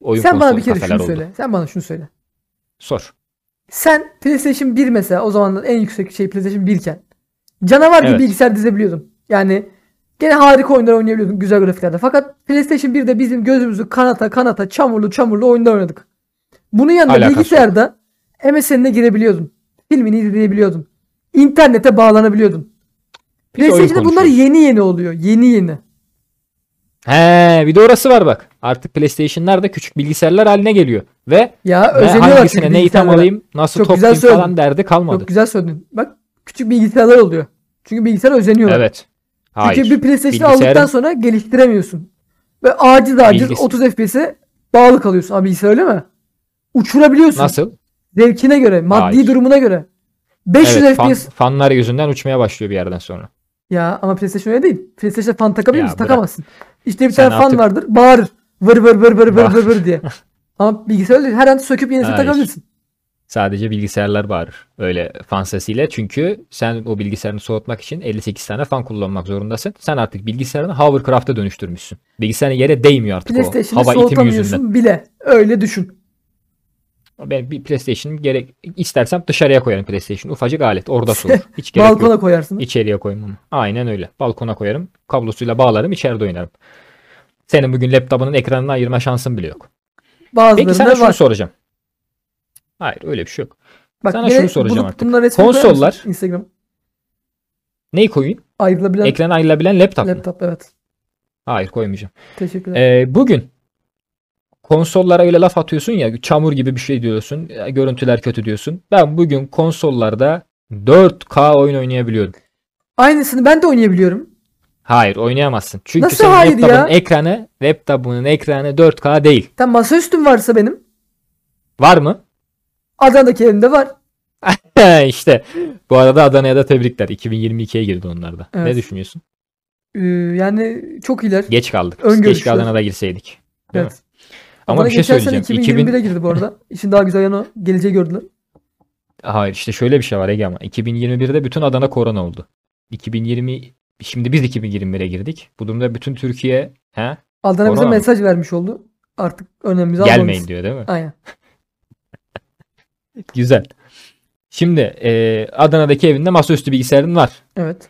Speaker 1: oyun
Speaker 2: Sen bana
Speaker 1: konsolu
Speaker 2: bir kere
Speaker 1: kafeler
Speaker 2: şunu
Speaker 1: oldu.
Speaker 2: söyle. Sen bana şunu söyle.
Speaker 1: Sor.
Speaker 2: Sen PlayStation 1 mesela o zamanlar en yüksek şey PlayStation 1 iken canavar gibi
Speaker 1: Evet.
Speaker 2: bilgisayar dizebiliyordun. Yani gene harika oyunlar oynayabiliyordun güzel grafiklerde. Fakat PlayStation 1'de bizim gözümüzü kanata kanata çamurlu çamurlu oyunlar oynadık. Bunun yanında
Speaker 1: Alakası
Speaker 2: bilgisayarda MSN'e girebiliyordun. Filmini izleyebiliyordun. İnternete bağlanabiliyordun.
Speaker 1: Biz oyun
Speaker 2: PlayStation'da bunlar
Speaker 1: konuşuyoruz.
Speaker 2: yeni yeni oluyor. Yeni yeni.
Speaker 1: He, bir de orası var bak. Artık PlayStation'lar da küçük bilgisayarlar haline geliyor. Ve
Speaker 2: Ya
Speaker 1: ben
Speaker 2: özeniyorlar çünkü
Speaker 1: hangisine ne item
Speaker 2: bilgisayarlara.
Speaker 1: alayım, nasıl
Speaker 2: Çok
Speaker 1: toplayayım
Speaker 2: güzel
Speaker 1: falan
Speaker 2: söyledin.
Speaker 1: derdi kalmadı.
Speaker 2: Çok güzel söyledin. Bak küçük bilgisayarlar oluyor. Çünkü bilgisayara özeniyorlar.
Speaker 1: Evet. Hayır.
Speaker 2: Çünkü bir PlayStation
Speaker 1: Bilgisayarın-
Speaker 2: aldıktan sonra geliştiremiyorsun. Ve aciz aciz
Speaker 1: Bilgis-
Speaker 2: 30 FPS'e bağlı kalıyorsun. Abi bilgisayar öyle mi? Uçurabiliyorsun.
Speaker 1: Nasıl?
Speaker 2: Zevkine göre, maddi
Speaker 1: Hayır.
Speaker 2: durumuna göre. 500
Speaker 1: Evet, fan-
Speaker 2: FPS.
Speaker 1: fanlar yüzünden uçmaya başlıyor bir yerden sonra.
Speaker 2: Ya ama PlayStation öyle değil. PlayStation'a fan takabilir
Speaker 1: Ya
Speaker 2: misin?
Speaker 1: bırak.
Speaker 2: Takamazsın. İşte bir
Speaker 1: Sen
Speaker 2: tane fan
Speaker 1: artık-
Speaker 2: vardır. Bağırır. Vır vır vır vır vır
Speaker 1: Bağır.
Speaker 2: vır vır diye. Ama bilgisayar öyle değil. Her an söküp yenisini
Speaker 1: Hayır.
Speaker 2: takabilirsin.
Speaker 1: Sadece bilgisayarlar bağırır öyle fan sesiyle. Çünkü sen o bilgisayarını soğutmak için 58 tane fan kullanmak zorundasın. Sen artık bilgisayarını hovercraft'a dönüştürmüşsün. Bilgisayarın yere değmiyor artık o
Speaker 2: PlayStation'ı
Speaker 1: hava itimi yüzünden.
Speaker 2: soğutamıyorsun bile. Öyle düşün.
Speaker 1: Ben bir PlayStation'ım gerek istersem dışarıya koyarım PlayStation. Ufacık alet orada soğur. Hiç gerek yok.
Speaker 2: Balkona koyarsın.
Speaker 1: İçeriye koymam. Aynen öyle. Balkona koyarım. Kablosuyla bağlarım. içeride oynarım. Senin bugün laptopunun ekranını ayırma şansın bile yok. Peki sana
Speaker 2: Bazılarında
Speaker 1: şunu
Speaker 2: var.
Speaker 1: soracağım. Hayır öyle bir şey yok.
Speaker 2: Bak,
Speaker 1: sana
Speaker 2: gene
Speaker 1: şunu soracağım
Speaker 2: bulup
Speaker 1: artık.
Speaker 2: bunların resmini koyar mısın
Speaker 1: Konsollar-
Speaker 2: Instagram.
Speaker 1: Neyi koyayım?
Speaker 2: Ayrılabilen
Speaker 1: Ekran ayrılabilen laptop mu?
Speaker 2: laptop evet.
Speaker 1: Hayır koymayacağım.
Speaker 2: Teşekkürler.
Speaker 1: Ee, bugün konsollara öyle laf atıyorsun ya çamur gibi bir şey diyorsun. ya, Görüntüler kötü diyorsun. Ben bugün konsollarda 4K oyun oynayabiliyorum.
Speaker 2: Aynısını ben de oynayabiliyorum.
Speaker 1: Hayır oynayamazsın. Çünkü
Speaker 2: Nasıl
Speaker 1: senin
Speaker 2: hayır ya?
Speaker 1: laptopunun ekranı laptopunun ekranı 4K değil.
Speaker 2: Tam masaüstüm varsa benim.
Speaker 1: Var mı?
Speaker 2: Adana'daki evimde var.
Speaker 1: işte bu arada Adana'ya da tebrikler. 2022'ye girdi onlar da. Ne
Speaker 2: Evet.
Speaker 1: düşünüyorsun?
Speaker 2: Ee, yani çok iyiler.
Speaker 1: Geç kaldık.
Speaker 2: Ön
Speaker 1: Biz keşke
Speaker 2: görüşler.
Speaker 1: Adana'da girseydik. Değil mi?
Speaker 2: evet.
Speaker 1: Ama bir şey
Speaker 2: geçen sene
Speaker 1: söyleyeceğim. 2000
Speaker 2: 2021'e girdi bu arada. İşin daha güzel yanı o. geleceği gördüler.
Speaker 1: Hayır işte şöyle bir şey var Ege ama 2021'de bütün Adana korona oldu. 2020 şimdi biz 2021'e girdik. Bu durumda bütün Türkiye he?
Speaker 2: Adana bize
Speaker 1: Korona mı?
Speaker 2: mesaj vermiş oldu. artık önemimizi
Speaker 1: Gelmeyin
Speaker 2: almamız-
Speaker 1: diyor değil mi?
Speaker 2: Aynen.
Speaker 1: Güzel. Şimdi e, Adana'daki evinde masaüstü bilgisayarın var.
Speaker 2: Evet.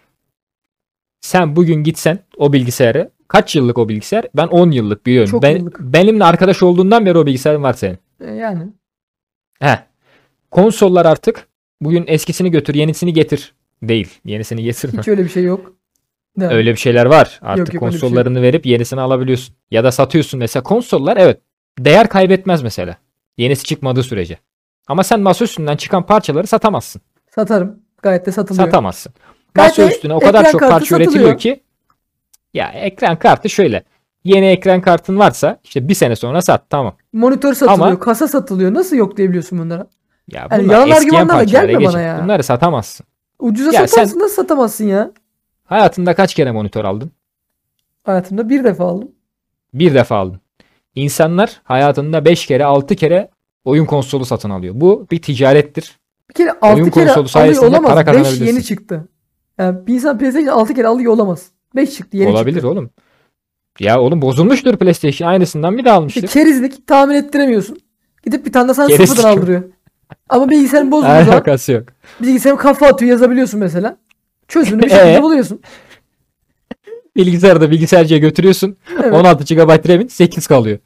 Speaker 1: Sen bugün gitsen o bilgisayarı kaç yıllık o bilgisayar? Ben 10 yıllık biliyorum.
Speaker 2: Çok
Speaker 1: ben,
Speaker 2: yıllık.
Speaker 1: Benimle arkadaş olduğundan beri o bilgisayarın var senin.
Speaker 2: E, yani
Speaker 1: He. Konsollar artık bugün eskisini götür yenisini getir değil. Yenisini getirme.
Speaker 2: hiç öyle bir şey yok. Devam.
Speaker 1: Öyle bir şeyler var. Artık
Speaker 2: yok, öyle bir şey
Speaker 1: konsollarını verip yenisini alabiliyorsun. Ya da satıyorsun mesela. Konsollar evet değer kaybetmez mesela. Yenisi çıkmadığı sürece. Ama sen masaüstünden çıkan parçaları satamazsın.
Speaker 2: Satarım. Gayet de satılıyor.
Speaker 1: Satamazsın.
Speaker 2: Gayet
Speaker 1: Masa üstüne o
Speaker 2: ekran
Speaker 1: kadar çok
Speaker 2: kartı
Speaker 1: parça
Speaker 2: satılıyor.
Speaker 1: üretiliyor ki ya ekran kartı şöyle. Yeni ekran kartın varsa işte bir sene sonra sat tamam.
Speaker 2: Monitör satılıyor.
Speaker 1: Ama-
Speaker 2: Kasa satılıyor. Nasıl yok diyebiliyorsun bunlara?
Speaker 1: Ya
Speaker 2: Yani
Speaker 1: bunlar
Speaker 2: yalan
Speaker 1: eskiyen
Speaker 2: argümanlarla
Speaker 1: parçalara
Speaker 2: gelme
Speaker 1: geçin.
Speaker 2: bana ya.
Speaker 1: Bunları satamazsın.
Speaker 2: Ucuza
Speaker 1: Ya
Speaker 2: satarsın nasıl satamazsın ya?
Speaker 1: Hayatında kaç kere monitör aldın?
Speaker 2: Hayatımda bir defa aldım.
Speaker 1: Bir defa aldın. İnsanlar hayatında 5 kere 6 kere oyun konsolu satın alıyor. Bu bir ticarettir.
Speaker 2: Bir kere 6 kere
Speaker 1: konsolu
Speaker 2: alıyor
Speaker 1: sayesinde
Speaker 2: olamaz.
Speaker 1: para
Speaker 2: 5 yeni
Speaker 1: kazanabilirsin.
Speaker 2: çıktı. Yani bir insan PlayStation 6 kere alıyor olamaz. 5 çıktı yeni
Speaker 1: Olabilir
Speaker 2: çıktı.
Speaker 1: oğlum. Ya oğlum bozulmuştur PlayStation. Aynısından bir de
Speaker 2: İşte
Speaker 1: almıştık.
Speaker 2: kerizlik tahmin ettiremiyorsun. Gidip bir tane de sana
Speaker 1: Keriz
Speaker 2: sıfırdan
Speaker 1: yok.
Speaker 2: aldırıyor. Ama bilgisayarın bozduğu zaman
Speaker 1: Alakası yok.
Speaker 2: bilgisayarın kafa atıyor yazabiliyorsun mesela. Çözümünü bir şekilde
Speaker 1: Ee?
Speaker 2: buluyorsun.
Speaker 1: Bilgisayarda bilgisayarcıya götürüyorsun.
Speaker 2: Evet.
Speaker 1: 16 GB RAM'in 8 kalıyor.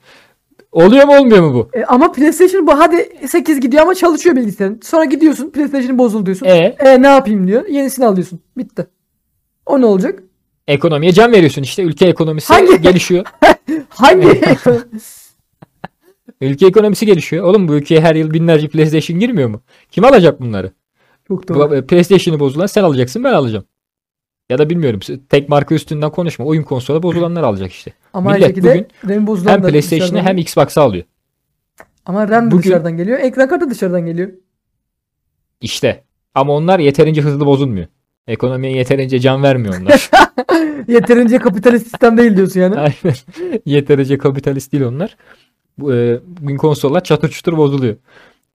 Speaker 1: Oluyor mu olmuyor mu bu?
Speaker 2: E, ama PlayStation bu hadi 8 gidiyor ama çalışıyor bilgisayarın. Sonra gidiyorsun PlayStation'ın bozuldu diyorsun. E,
Speaker 1: E
Speaker 2: ne yapayım diyor. Yenisini alıyorsun. Bitti. O ne olacak?
Speaker 1: ekonomiye can veriyorsun işte. Ülke ekonomisi
Speaker 2: Hangi-
Speaker 1: gelişiyor.
Speaker 2: Hangi?
Speaker 1: E? Ülke ekonomisi gelişiyor. Oğlum bu ülkeye her yıl binlerce PlayStation girmiyor mu? Kim alacak bunları?
Speaker 2: Çok
Speaker 1: Bu-
Speaker 2: doğru.
Speaker 1: e, PlayStation'ı bozulan sen alacaksın ben alacağım. Ya da bilmiyorum. Tek marka üstünden konuşma. Oyun konsolu bozulanlar alacak işte.
Speaker 2: Ama aynı
Speaker 1: millet
Speaker 2: şekilde RAM bozulan
Speaker 1: Hem
Speaker 2: da
Speaker 1: PlayStation'ı
Speaker 2: dışarıdan
Speaker 1: hem
Speaker 2: geliyor.
Speaker 1: Xbox'ı alıyor.
Speaker 2: Ama RAM de
Speaker 1: Bugün-
Speaker 2: dışarıdan geliyor. Ekran kartı da dışarıdan geliyor.
Speaker 1: İşte. Ama onlar yeterince hızlı bozulmuyor. Ekonomiye yeterince can vermiyor onlar.
Speaker 2: Yeterince kapitalist sistem değil diyorsun yani.
Speaker 1: Aynen. Yeterince kapitalist değil onlar. Bu, e, Bugün konsollar çatır çutur bozuluyor.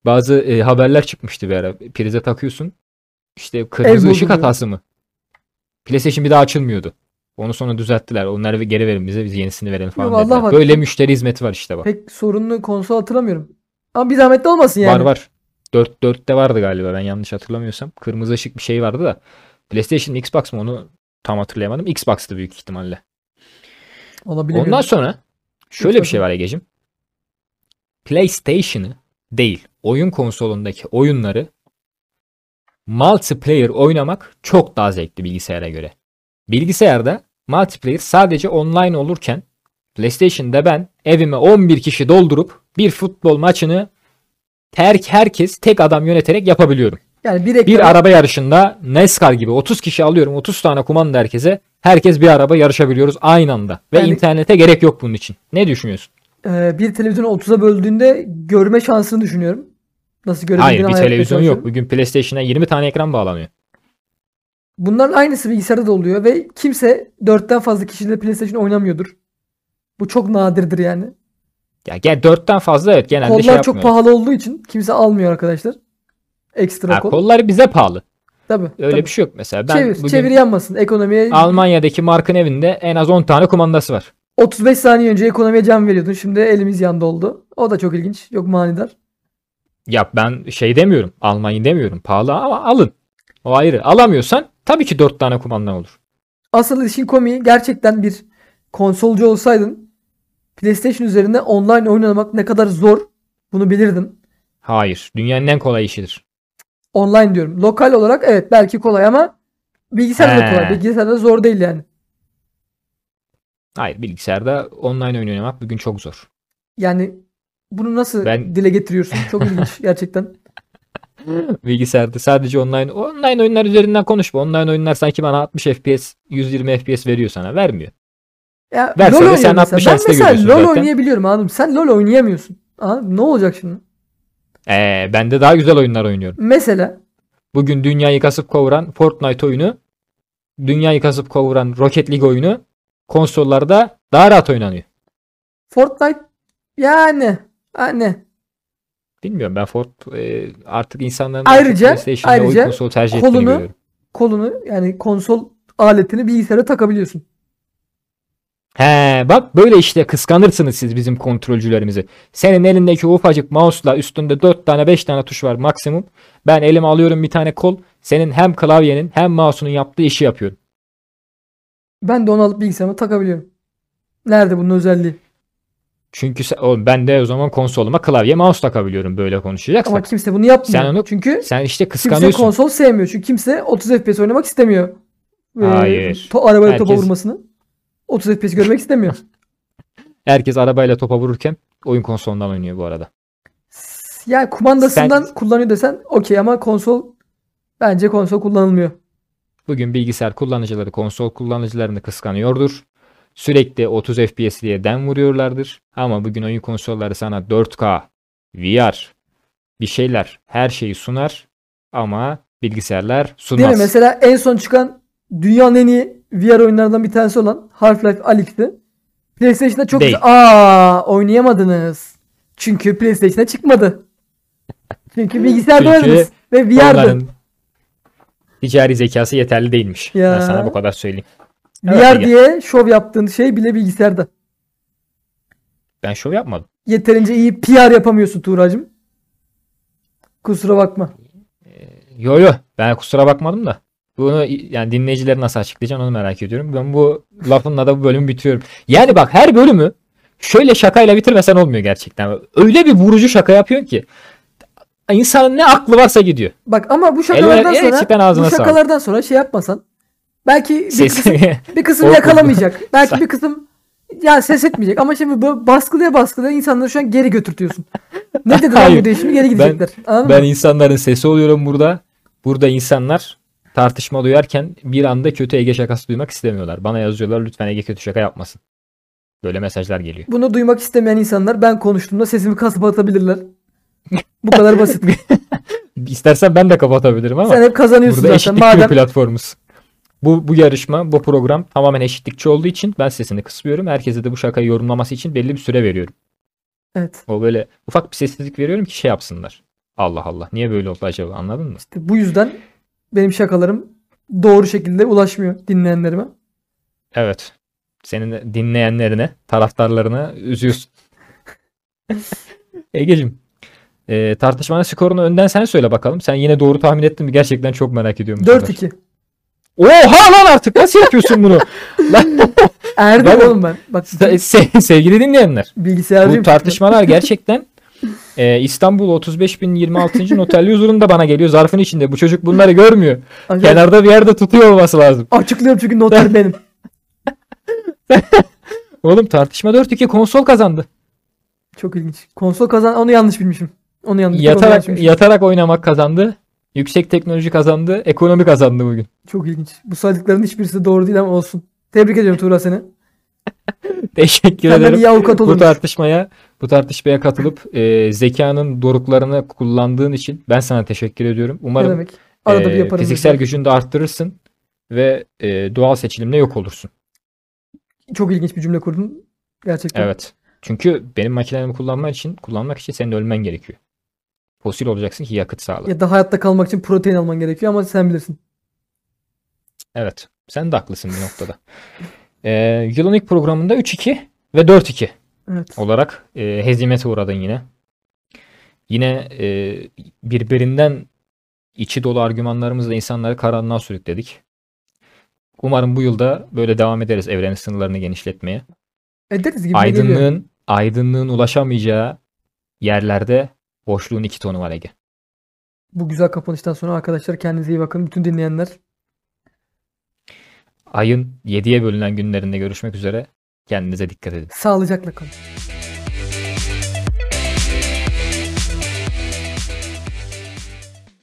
Speaker 1: Bazı e, haberler çıkmıştı bir ara. Prize takıyorsun. İşte kırmızı ışık
Speaker 2: bozuluyor.
Speaker 1: hatası mı? PlayStation bir daha açılmıyordu. Onu sonra düzelttiler. Onlar geri verin bize biz yenisini verelim falan
Speaker 2: Yok, Allah
Speaker 1: dediler.
Speaker 2: var.
Speaker 1: Böyle müşteri hizmeti var işte bak.
Speaker 2: Pek sorunlu konsol hatırlamıyorum. Ama bir zahmet de olmasın yani.
Speaker 1: Var var. 4 4'te vardı galiba ben yanlış hatırlamıyorsam. Kırmızı ışık bir şey vardı da. PlayStation mı, Xbox mı onu tam hatırlayamadım. Xbox'tı büyük ihtimalle.
Speaker 2: Olabilir.
Speaker 1: Ondan sonra şöyle bir şey
Speaker 2: Xbox'ın-
Speaker 1: var Ege'cim. PlayStation'ı değil, oyun konsolundaki oyunları multiplayer oynamak çok daha zevkli bilgisayara göre. Bilgisayarda multiplayer sadece online olurken PlayStation'da ben evime 11 kişi doldurup bir futbol maçını terk herkes tek adam yöneterek yapabiliyorum.
Speaker 2: yani bir ekran
Speaker 1: Bir araba yarışında NASCAR gibi 30 kişi alıyorum. 30 tane kumanda herkese. Herkes bir araba yarışabiliyoruz aynı anda. Ve
Speaker 2: Yani-
Speaker 1: internete gerek yok bunun için. Ne düşünüyorsun?
Speaker 2: Ee, bir televizyonu 30'a böldüğünde görme şansını düşünüyorum. Nasıl görebildiğini
Speaker 1: Hayır bir
Speaker 2: hayal etmeye
Speaker 1: televizyon yok.
Speaker 2: çalışıyorum.
Speaker 1: Bugün PlayStation'a 20 tane ekran bağlanıyor.
Speaker 2: Bunların aynısı bilgisayarda da oluyor ve kimse 4'ten fazla kişiyle PlayStation oynamıyordur. Bu çok nadirdir yani.
Speaker 1: Ya gel 4'ten fazla evet genelde
Speaker 2: Kollar
Speaker 1: şey
Speaker 2: çok
Speaker 1: yapmıyor.
Speaker 2: pahalı olduğu için kimse almıyor arkadaşlar. Ekstra
Speaker 1: Ha,
Speaker 2: kol.
Speaker 1: kolları bize pahalı.
Speaker 2: Tabii.
Speaker 1: Öyle
Speaker 2: tabii.
Speaker 1: bir şey yok mesela. Ben
Speaker 2: Çevir,
Speaker 1: bugün
Speaker 2: çevir yanmasın. Ekonomiye
Speaker 1: Almanya'daki markın evinde en az 10 tane kumandası var.
Speaker 2: 35 saniye önce ekonomiye can veriyordun. Şimdi elimiz yandı oldu. O da çok ilginç. Yok manidar.
Speaker 1: Ya ben şey demiyorum. Almanya demiyorum. Pahalı ama alın. O ayrı. Alamıyorsan tabii ki 4 tane kumandan olur.
Speaker 2: Asıl işin komiği gerçekten bir konsolcu olsaydın PlayStation üzerinde online oynamak ne kadar zor bunu bilirdin.
Speaker 1: Hayır. Dünyanın en kolay işidir.
Speaker 2: Online diyorum. Lokal olarak evet belki kolay ama bilgisayarda da
Speaker 1: He.
Speaker 2: kolay. Bilgisayarda zor değil yani.
Speaker 1: Hayır bilgisayarda online oyun oynamak bugün çok zor.
Speaker 2: Yani bunu nasıl
Speaker 1: Ben-
Speaker 2: dile getiriyorsun? Çok ilginç gerçekten.
Speaker 1: Bilgisayarda sadece online online oyunlar üzerinden konuşma. Online oyunlar sanki bana 60 FPS, 120 FPS veriyor sana. Vermiyor.
Speaker 2: Ya,
Speaker 1: Versene sen
Speaker 2: oynuyorum
Speaker 1: 60
Speaker 2: mesela. Ben
Speaker 1: Hz'de
Speaker 2: mesela LoL
Speaker 1: görüyorsun zaten.
Speaker 2: oynayabiliyorum anladım. Sen LoL oynayamıyorsun. Anladın mı? Ne olacak şimdi?
Speaker 1: Ee, ben de daha güzel oyunlar oynuyorum.
Speaker 2: Mesela
Speaker 1: Bugün dünyayı kasıp kavuran Fortnite oyunu, dünyayı kasıp kavuran Rocket League oyunu konsollarda daha rahat oynanıyor.
Speaker 2: Fortnite yani hani
Speaker 1: Bilmiyorum ben Fort e, artık insanların
Speaker 2: Ayrıca-
Speaker 1: daha çok PlayStation'da oyun
Speaker 2: ayrıca
Speaker 1: konsolu tercih ettiğini
Speaker 2: kolunu-
Speaker 1: görüyorum.
Speaker 2: kolunu yani konsol aletini bilgisayara takabiliyorsun.
Speaker 1: He bak böyle işte kıskanırsınız siz bizim kontrolcülerimizi. Senin elindeki ufacık mouse'la üstünde 4 tane 5 tane tuş var maksimum. Ben elime alıyorum bir tane kol. Senin hem klavyenin hem mouse'unun yaptığı işi yapıyorum.
Speaker 2: Ben de onu alıp bilgisayarıma takabiliyorum. Nerede bunun özelliği?
Speaker 1: Çünkü sen, oğlum ben de o zaman konsoluma klavye mouse takabiliyorum böyle konuşacaksak.
Speaker 2: Ama kimse bunu yapmıyor.
Speaker 1: Sen onu
Speaker 2: Çünkü
Speaker 1: Sen işte
Speaker 2: kimse
Speaker 1: kıskanıyorsun.
Speaker 2: konsol sevmiyor. Çünkü kimse 30 FPS oynamak istemiyor. Ee,
Speaker 1: Hayır.
Speaker 2: To arabaya topa
Speaker 1: Herkes-
Speaker 2: vurmasını. 30 FPS görmek istemiyor.
Speaker 1: Herkes arabayla topa vururken oyun konsolundan oynuyor bu arada.
Speaker 2: Yani kumandasından kullanıyor desen okey ama konsol bence konsol kullanılmıyor.
Speaker 1: Bugün bilgisayar kullanıcıları konsol kullanıcılarını kıskanıyordur. Sürekli 30 FPS diye den vuruyorlardır. Ama bugün oyun konsolları sana 4K, VR, bir şeyler, her şeyi sunar. Ama bilgisayarlar sunmaz.
Speaker 2: Değil mi? Mesela en son çıkan dünyanın en iyi VR oyunlarından bir tanesi olan Half-Life Alyx'ti. PlayStation'da çok
Speaker 1: Değil.
Speaker 2: güzel. Aa, oynayamadınız. Çünkü PlayStation'a çıkmadı. Çünkü bilgisayarda
Speaker 1: Çünkü
Speaker 2: oynadınız ve VR'dı.
Speaker 1: Onların ticari zekası yeterli değilmiş. Ben
Speaker 2: Ya.
Speaker 1: sana bu kadar söyleyeyim.
Speaker 2: VR
Speaker 1: Evet, Ege.
Speaker 2: diye şov yaptığın şey bile bilgisayarda.
Speaker 1: Ben şov yapmadım.
Speaker 2: Yeterince iyi PR yapamıyorsun Tuğracığım. Kusura bakma.
Speaker 1: Yo yo ben kusura bakmadım da. Bunu yani dinleyicileri nasıl açıklayacağım onu merak ediyorum. Ben bu lafınla da bu bölümü bitiriyorum. Yani bak her bölümü şöyle şakayla bitirmesen olmuyor gerçekten. Öyle bir vurucu şaka yapıyorsun ki insanın ne aklı varsa gidiyor.
Speaker 2: Bak ama bu
Speaker 1: Elver-
Speaker 2: şakalardan
Speaker 1: evet, cidden
Speaker 2: sonra
Speaker 1: ağzına
Speaker 2: bu
Speaker 1: sağlık.
Speaker 2: şakalardan sonra şey yapmasan belki bir kısım,
Speaker 1: Sesi.
Speaker 2: bir kısım
Speaker 1: Korkma.
Speaker 2: yakalamayacak. belki bir kısım ya ses etmeyecek ama şimdi bu baskılaya baskılaya insanları şu an geri götürtüyorsun. Ne dedi lan
Speaker 1: Hayır.
Speaker 2: bu diye şimdi geri gidecekler. Anladın
Speaker 1: ben
Speaker 2: mı?
Speaker 1: insanların sesi oluyorum burada. Burada insanlar tartışma duyarken bir anda kötü Ege şakası duymak istemiyorlar. Bana yazıyorlar lütfen Ege kötü şaka yapmasın. Böyle mesajlar geliyor.
Speaker 2: Bunu duymak istemeyen insanlar ben konuştuğumda sesimi kasıp atabilirler. Bu kadar basit.
Speaker 1: İstersen ben de kapatabilirim ama.
Speaker 2: Sen hep kazanıyorsun
Speaker 1: Burada
Speaker 2: zaten.
Speaker 1: eşitlikçi bir
Speaker 2: Madem
Speaker 1: platformuz. Bu, bu yarışma, bu program tamamen eşitlikçi olduğu için ben sesini kısmıyorum. Herkese de bu şakayı yorumlaması için belli bir süre veriyorum.
Speaker 2: evet.
Speaker 1: O böyle ufak bir sessizlik veriyorum ki şey yapsınlar. Allah Allah niye böyle oldu acaba anladın mı?
Speaker 2: İşte bu yüzden benim şakalarım doğru şekilde ulaşmıyor dinleyenlerime.
Speaker 1: Evet. Senin dinleyenlerine, taraftarlarına üzüyorsun. Ege'cim e, tartışmanın skorunu önden sen söyle bakalım. Sen yine doğru tahmin ettin mi? Gerçekten çok merak ediyorum. bu sefer.
Speaker 2: 4-2.
Speaker 1: Oha lan artık nasıl yapıyorsun bunu? lan,
Speaker 2: Erdim
Speaker 1: Ben-
Speaker 2: oğlum ben. Bak
Speaker 1: se- sevgili dinleyenler.
Speaker 2: bilgisayarcıyım.
Speaker 1: Bu tartışmalar gerçekten e, İstanbul 35026. noterli huzurunda bana geliyor. Zarfın içinde. Bu çocuk bunları görmüyor.
Speaker 2: Acayip.
Speaker 1: Kenarda bir yerde tutuyor olması lazım.
Speaker 2: Açıklıyorum çünkü noter benim.
Speaker 1: Oğlum tartışma 4-2 konsol kazandı.
Speaker 2: Çok ilginç. Konsol kazan onu yanlış bilmişim. Onu yanlış. onu yanlış
Speaker 1: Yatarak
Speaker 2: bilmişim.
Speaker 1: yatarak oynamak kazandı. Yüksek teknoloji kazandı. Ekonomi kazandı bugün.
Speaker 2: Çok ilginç. Bu saydıkların hiçbirisi doğru değil ama olsun. Tebrik ediyorum Tuğra seni.
Speaker 1: Teşekkür
Speaker 2: Sen de
Speaker 1: ederim.
Speaker 2: iyi avukat
Speaker 1: Bu
Speaker 2: olurmuş.
Speaker 1: tartışmaya bu tartışmaya katılıp e, zekanın doruklarını kullandığın için ben sana teşekkür ediyorum.
Speaker 2: Ne
Speaker 1: Umarım
Speaker 2: demek? Arada bir
Speaker 1: e,
Speaker 2: yaparım.
Speaker 1: fiziksel gücünü de arttırırsın ve e, doğal seçilimle yok olursun.
Speaker 2: Çok ilginç bir cümle kurdun. Gerçekten.
Speaker 1: Evet. Çünkü benim makinelerimi kullanmak için kullanmak için senin ölmen gerekiyor. Fosil olacaksın ki yakıt sağla.
Speaker 2: Ya da hayatta kalmak için protein alman gerekiyor ama sen bilirsin.
Speaker 1: Evet. Sen de haklısın bir noktada. Ee, yılın ilk programında 3-2 ve 4-2
Speaker 2: Evet.
Speaker 1: olarak e, hezimete uğradın yine. Yine e, birbirinden içi dolu argümanlarımızla insanları karanlığa sürükledik. Umarım bu yılda böyle devam ederiz evrenin sınırlarını genişletmeye.
Speaker 2: Ederiz E, gibi de geliyor.
Speaker 1: Aydınlığın aydınlığın ulaşamayacağı yerlerde boşluğun iki tonu var Ege.
Speaker 2: Bu güzel kapanıştan sonra arkadaşlar kendinize iyi bakın. Bütün dinleyenler.
Speaker 1: ayın 7'ye bölünen günlerinde görüşmek üzere. Kendinize dikkat edin.
Speaker 2: Sağlıcakla kalın.